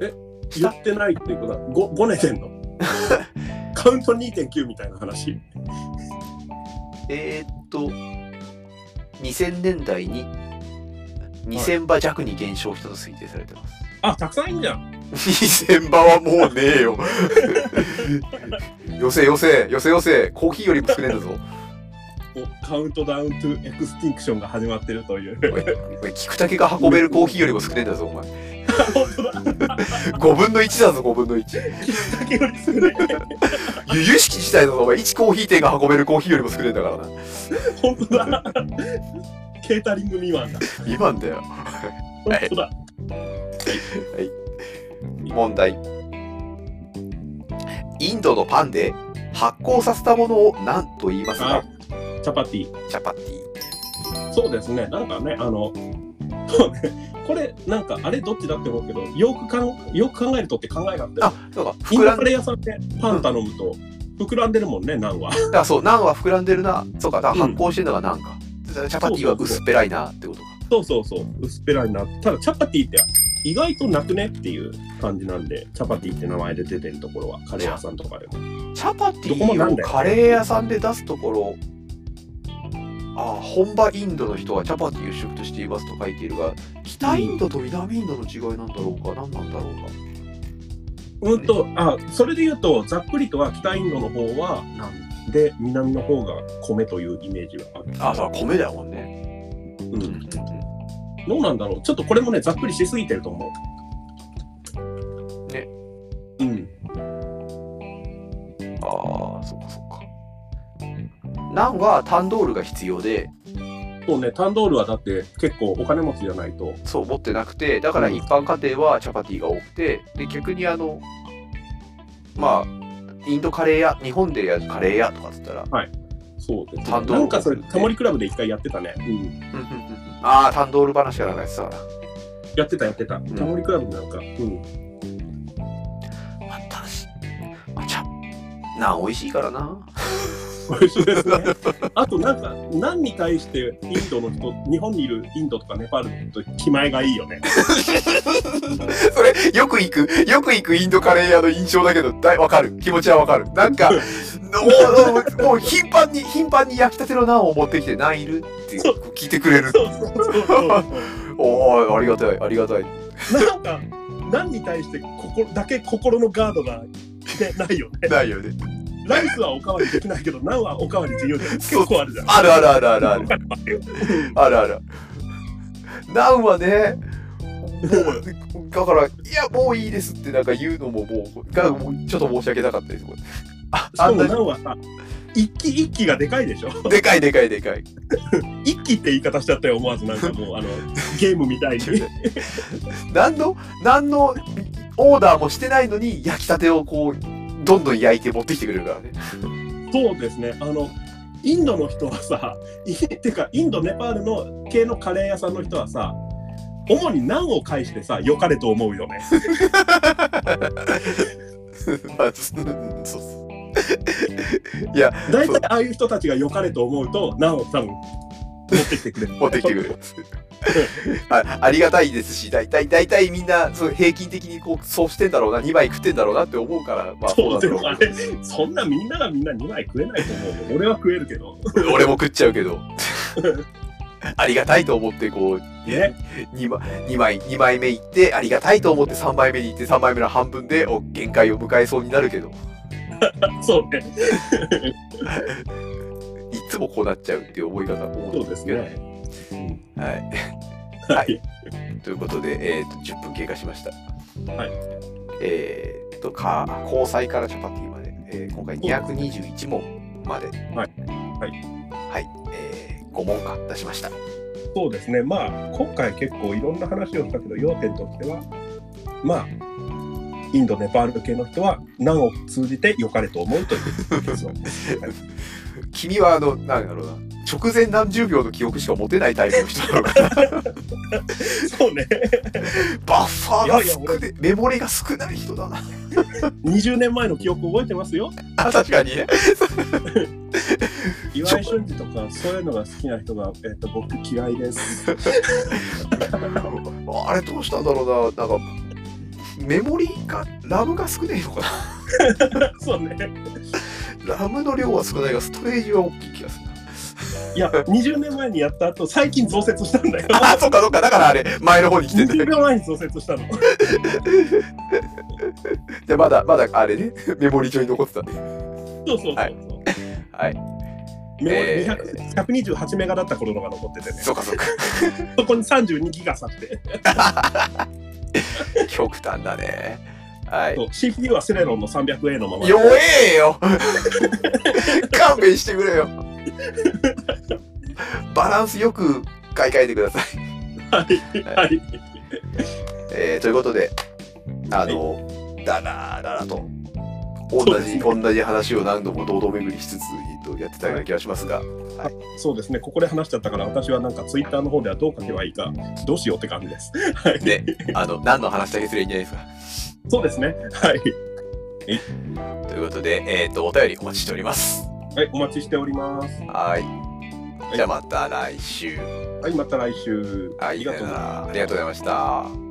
[SPEAKER 2] え言ってないっていうことは 5, 5年て んのカウント2.9みたいな話
[SPEAKER 1] えー、っと、2000年代に2000羽弱に減少したと推定されてます。
[SPEAKER 2] あたくさんいんじゃん
[SPEAKER 1] 2000羽はもうねえ よ。よせよせ、よせよせ、コーヒーよりも少ねえんだぞ。
[SPEAKER 2] おカウントダウントゥエクスティンクションが始まってるという
[SPEAKER 1] おいおい菊竹が運べるコーヒーよりも少ねえんだぞ、 お前。5分の1だぞ、5分の1。
[SPEAKER 2] 竹より少ない
[SPEAKER 1] 由々しき事態だぞ、お前。1コーヒー店が運べるコーヒーよりも少ねえんだからな。
[SPEAKER 2] 本当だケータリング未満だ
[SPEAKER 1] 2番だよ。
[SPEAKER 2] 本当だ、
[SPEAKER 1] 問題。インドのパンで発酵させたものを何と言いますか
[SPEAKER 2] チャパティ
[SPEAKER 1] チャパティ。
[SPEAKER 2] そうですね、なんかね、あの、そうね、これ、なんか、あれ、どっちだって思うけど、よくかんよく考えるとって考えがあって、
[SPEAKER 1] あ、そうか、
[SPEAKER 2] イン
[SPEAKER 1] 膨ら
[SPEAKER 2] ド
[SPEAKER 1] ん
[SPEAKER 2] カレー屋さんでパン頼むと、膨らんでるもんね、ナンは。
[SPEAKER 1] あそう、ナンは膨らんでるな。そうか、だから発酵してるのがナンか。チャパティは薄っぺらいなってことか。
[SPEAKER 2] そうそうそう、薄っぺらいな。ただ、チャパティって意外となくねっていう感じなんで、チャパティって名前で出てるところは、カレー屋さんとかでも。
[SPEAKER 1] チャパティをカレー屋さんで出すところ、ああ、本場インドの人はチャパティを主食としていますと書いているが、北インドと南インドの違いなんだろうか、何なんだろうか。
[SPEAKER 2] うんと、あ、それで言うと、ざっくりとは北インドの方は、なんで、南の方が米というイメージはある。
[SPEAKER 1] ああ、そう、米だもんね。
[SPEAKER 2] うん。どうなんだろうちょっとこれもね、ざっくりしすぎてると思う。
[SPEAKER 1] ね。
[SPEAKER 2] うん。
[SPEAKER 1] ああ、そっかそっか。ナンはタンドールが必要で、
[SPEAKER 2] そうね、タンドールはだって結構お金持ちじゃないと。
[SPEAKER 1] そう持ってなくて、だから一般家庭はチャパティが多くて、で逆にあの、まあ、インドカレー屋、日本でやるカレー屋とかっつったら、
[SPEAKER 2] そうです、ね。
[SPEAKER 1] タンドール
[SPEAKER 2] なんかそれ、タモリクラブで一回やってたね。うん。
[SPEAKER 1] ああ、タンドール話がなんかやってたな。
[SPEAKER 2] やってた、やってた。タモリクラブなんか。うん。
[SPEAKER 1] まあ、ただし、まあ、チャナン美味しいからな。
[SPEAKER 2] 美味しいです ね。あとなんか、何に対してインドの人、日本にいるインドとかネパールの人、気前がいいよね。
[SPEAKER 1] それ、よく行く、よく行くインドカレー屋の印象だけど、だいわかる。気持ちはわかる。なん か、もう、もう頻繁に、頻繁に焼きたてのナンを持ってきて、ナンいるって聞いてくれる。
[SPEAKER 2] そうそうそうそう。
[SPEAKER 1] おお、ありがたい、ありがたい。
[SPEAKER 2] なんか、何に対して心だけ心のガードが、ね、ないよね。
[SPEAKER 1] ないよね。
[SPEAKER 2] ライスはおかわりできないけど、ナンはおかわり自由で結
[SPEAKER 1] そう
[SPEAKER 2] 構あるじゃん。
[SPEAKER 1] あるあるあるあるあ る。あるあ る。ナンはね、もう、 だから、いや、もういいですってなんか言うのも、もう、がもうちょっと申し訳なかったです。これあ
[SPEAKER 2] し
[SPEAKER 1] あ
[SPEAKER 2] か
[SPEAKER 1] ん
[SPEAKER 2] も
[SPEAKER 1] な
[SPEAKER 2] ナンはさ、一気一気がでかいでしょ。
[SPEAKER 1] でかいでかいでかい。
[SPEAKER 2] 一気って言い方しちゃったよ、思わずなんかもう、あの、ゲームみたいに。
[SPEAKER 1] 何の、何のオーダーもしてないのに、焼きたてをこう、どんどん焼いて持ってきてくれるからね。
[SPEAKER 2] そうですね。あのインド の人はさ、いてかインドネパールの系のカレー屋さんの人はさ、主に難を介してさ良かれと思うよね
[SPEAKER 1] まあそうそういや
[SPEAKER 2] 大体ああいう人たちが良かれと思うと難を多分持ってきてくれ る
[SPEAKER 1] 持ってきてくれ るあありがたいですし大体大体みんなそう平均的にこうそうしてんだろうな2枚食ってんだろうなって思うからまあ
[SPEAKER 2] そう
[SPEAKER 1] なんだ
[SPEAKER 2] で
[SPEAKER 1] ろ
[SPEAKER 2] もあれそんなみんながみんな2枚食えないと思うよ俺は食えるけど
[SPEAKER 1] う俺も食っちゃうけ どありがたいと思ってこう
[SPEAKER 2] ね
[SPEAKER 1] 2枚二枚二枚目行ってありがたいと思って3枚目に行って3枚目の半分でお限界を迎えそうになるけど
[SPEAKER 2] そうね
[SPEAKER 1] いつもこうなっちゃうっていう思い方思
[SPEAKER 2] そ
[SPEAKER 1] うん
[SPEAKER 2] う
[SPEAKER 1] で
[SPEAKER 2] ですす
[SPEAKER 1] けど
[SPEAKER 2] ね
[SPEAKER 1] はい、
[SPEAKER 2] は
[SPEAKER 1] はいい、ということで、えー、と10分経過しました
[SPEAKER 2] はい
[SPEAKER 1] えーっとか交際からチャパティまで、えー今回221問まで
[SPEAKER 2] は
[SPEAKER 1] はい
[SPEAKER 2] はい、
[SPEAKER 1] はいえー、5問か出しました
[SPEAKER 2] そうですねまあ今回結構いろんな話をしたけど要点としてはまあインドネパール系の人は難を通じて良かれと思うという結 論
[SPEAKER 1] 君はあのなんだろうな直前何十秒の記憶しか持てないタイプの人なの かな
[SPEAKER 2] そうね
[SPEAKER 1] バッファーが
[SPEAKER 2] いやいや
[SPEAKER 1] 少ないメモリが少ない人だな
[SPEAKER 2] 20年前の記憶覚えてますよ
[SPEAKER 1] あ確かにね
[SPEAKER 2] 岩井俊二とかそういうのが好きな人が、えっと僕嫌いです
[SPEAKER 1] あれどうしたんだろうななんかメモリがラムが少ないのかな
[SPEAKER 2] そうね
[SPEAKER 1] ラムの量は少ないがストレージは大きい気がするない
[SPEAKER 2] や20年前にやった後最近増設したんだよ
[SPEAKER 1] あそっかそっかだからあれ前の方に来てて
[SPEAKER 2] 20年前に増設したの
[SPEAKER 1] でまだまだあれねメモリ上に残ってたね
[SPEAKER 2] そうそうそうそう、
[SPEAKER 1] はいはい
[SPEAKER 2] メ
[SPEAKER 1] え
[SPEAKER 2] モリ200 128メガだった頃のが残っててね
[SPEAKER 1] そっかそっか
[SPEAKER 2] そこに32ギガさって
[SPEAKER 1] 極端だねはい
[SPEAKER 2] そう CPU はセレロンの 300A のまま
[SPEAKER 1] 弱えよ勘弁してくれよバランスよく買い替えてください、
[SPEAKER 2] はいはい
[SPEAKER 1] えーということであの、だらだらと同
[SPEAKER 2] そうです
[SPEAKER 1] じ、
[SPEAKER 2] ね
[SPEAKER 1] 同じ話を何度も堂々巡りしつつえっとやってたような気がしますが
[SPEAKER 2] そうですねここで話しちゃったから私はなんかツイッターの方ではどう書けばいいかどうしようって感じですはい
[SPEAKER 1] ねあの何の話だけすればいいんじゃないですか
[SPEAKER 2] そうですねはい
[SPEAKER 1] ということで、えー、とお便りお待ちしております
[SPEAKER 2] はいお待ちしております
[SPEAKER 1] はいじゃあまた来週
[SPEAKER 2] はいまた来週
[SPEAKER 1] はい、
[SPEAKER 2] ありがとうございます
[SPEAKER 1] ありがとうございました。